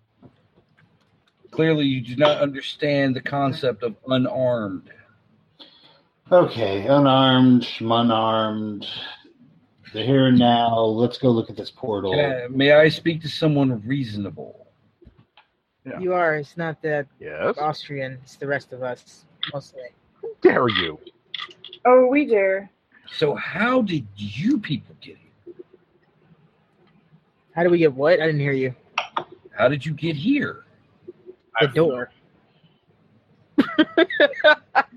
S5: clearly, you do not understand the concept of unarmed.
S8: Okay, unarmed, unarmed. The here and now. Let's go look at this portal.
S5: Can I- may I speak to someone reasonable?
S4: Yeah.
S3: You are. It's not that
S4: Yes.
S3: Austrian. It's the rest of us, mostly.
S4: Dare you?
S10: Oh, we dare.
S5: So, how did you people get here?
S3: How do we get what? I didn't hear you.
S5: How did you get here?
S3: The
S9: I-
S3: door.
S10: By,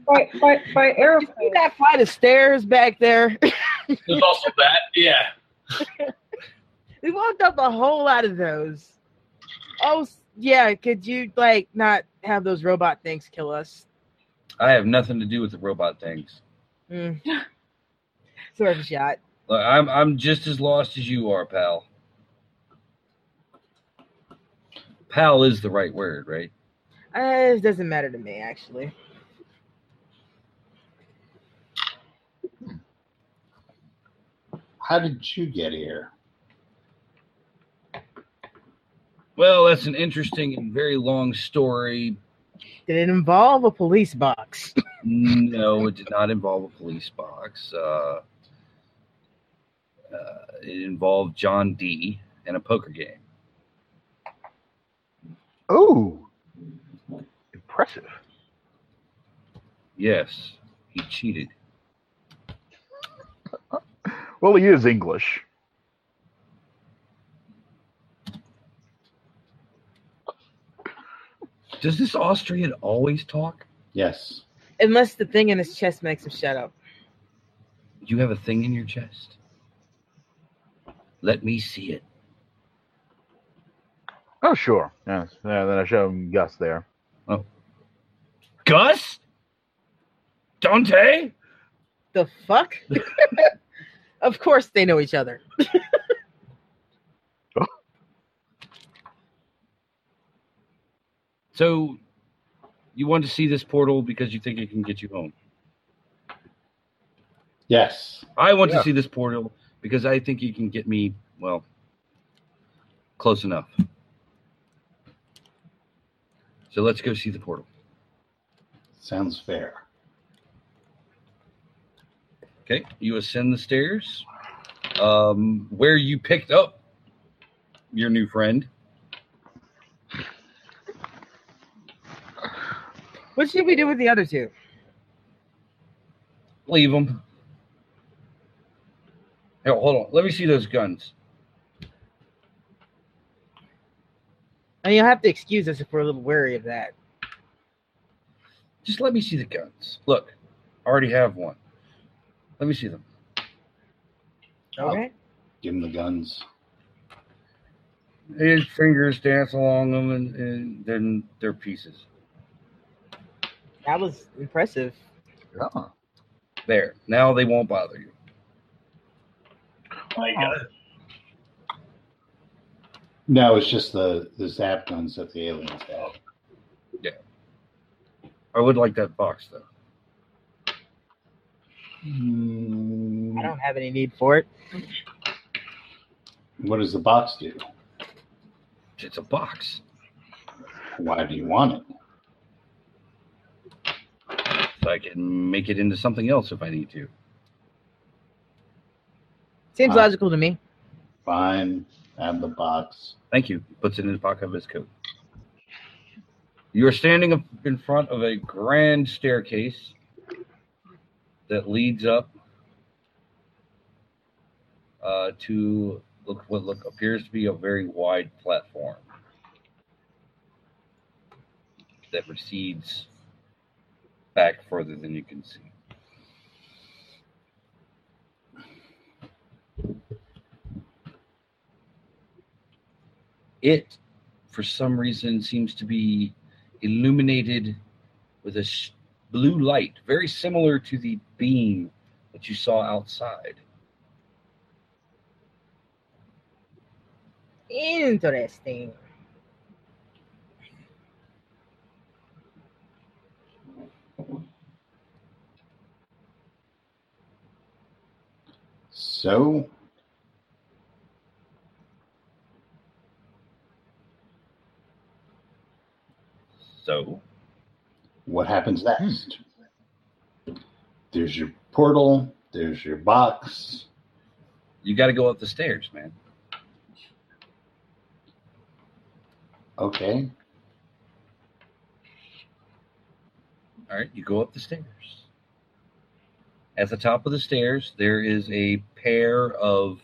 S10: by, by
S3: See
S10: aeroplane.
S3: that flight of stairs back there? [laughs]
S9: There's also that. Yeah.
S3: we walked up a whole lot of those. Oh s- yeah, could you like not have those robot things kill us?
S5: I have nothing to do with the robot things.
S3: Mm. Sorry, shot.
S5: Like, I'm I'm just as lost as you are, pal. Pal is the right word, right?
S3: Uh, it doesn't matter to me actually.
S4: How did you get here?
S5: Well, that's an interesting and very long story.
S3: Did it involve a police box? [laughs]
S5: No, it did not involve a police box. Uh, uh, it involved John D. and a poker game.
S6: Oh, impressive.
S5: Yes, he cheated.
S6: Well, he is English.
S5: Does this Austrian always talk?
S4: Yes.
S3: Unless the thing in his chest makes him shut up.
S5: You have a thing in your chest. Let me see it.
S6: Oh, sure. Yes. Yeah, then I show him Gus there.
S5: Gus? Dante?
S3: The fuck? [laughs] of course they know each other.
S5: So you want to see this portal because you think it can get you home.
S4: Yes.
S5: I want
S6: Yeah.
S5: to see this portal because I think you can get me, well, close enough. So let's go see the portal.
S4: Sounds fair.
S5: Okay, you ascend the stairs um, where you picked up your new friend.
S3: What should we do with the other two?
S5: Leave them. Here, hold on. Let me see those guns.
S3: And you'll have to excuse us if we're a little wary of that.
S5: Just let me see the guns. Look, I already have one. Let me see them.
S3: Okay.
S4: Give him the guns.
S5: His fingers dance along them, and, and then they're pieces.
S3: That was impressive.
S6: Yeah.
S5: There. Now they won't bother you.
S9: My God.
S4: No, it's just the the zap guns that the aliens have.
S5: I would like that box though.
S3: I
S4: Mm,
S3: don't have any need for it.
S4: what does the box do?
S5: It's a box.
S4: Why do you want it?
S5: So I can make it into something else if I need to.
S3: Seems
S4: Uh,
S3: logical to me.
S4: Fine, have the box.
S5: Thank you. Puts it in his pocket of his coat. You are standing up in front of a grand staircase that leads up uh, to look what look appears to be a very wide platform that recedes back further than you can see. It for some reason seems to be illuminated with a sh- blue light, very similar to the beam that you saw outside.
S3: Interesting.
S4: So
S5: So,
S4: what happens next? There's your portal. There's your box.
S5: you got to go up the stairs, man.
S4: Okay.
S5: All right, you go up the stairs. At the top of the stairs, there is a pair of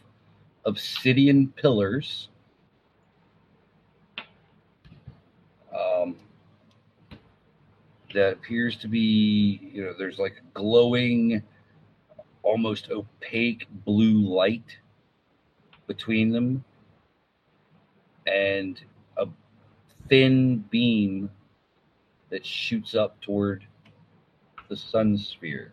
S5: obsidian pillars. Um, that appears to be, you know, there's like glowing, almost opaque blue light between them, and a thin beam that shoots up toward the Sun Sphere.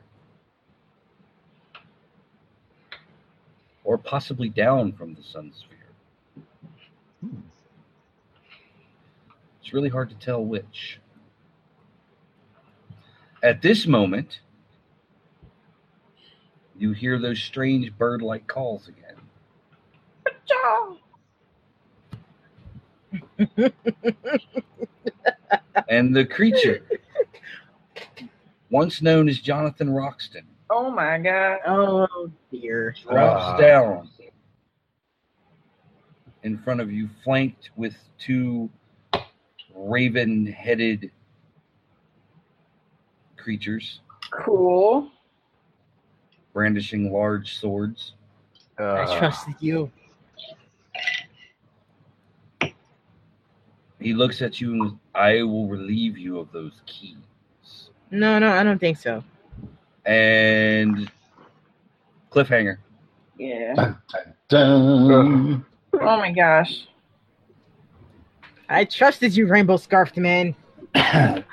S5: Or possibly down from the Sun Sphere. It's really hard to tell which. At this moment, you hear those strange bird like calls again. and the creature, once known as Jonathan Roxton,
S8: Oh my god.
S3: Oh dear.
S5: drops
S4: Ah.
S5: down in front of you, flanked with two raven headed creatures
S8: Cool.
S5: brandishing large swords.
S3: I
S6: Uh,
S3: trust you.
S5: He looks at you and goes, I will relieve you of those keys.
S3: No, no, I don't think so.
S5: And cliffhanger.
S8: Yeah.
S4: Dun.
S8: Oh my gosh.
S3: I trusted you, Rainbow Scarf Command.
S4: it's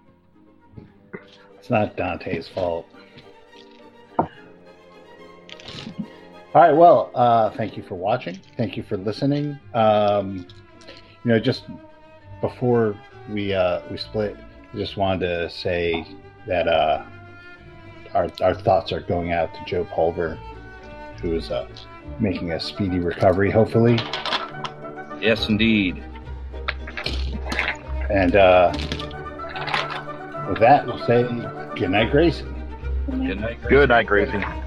S4: [coughs] not Dante's fault. All right. Well, uh, thank you for watching. Thank you for listening. Um, you know, just before we uh, we split, I just wanted to say that uh, our our thoughts are going out to Joe Pulver, who is uh, making a speedy recovery, hopefully.
S5: Yes, indeed.
S4: And uh, with that, we'll say good night, Grayson.
S5: Good night.
S6: good night, Grayson.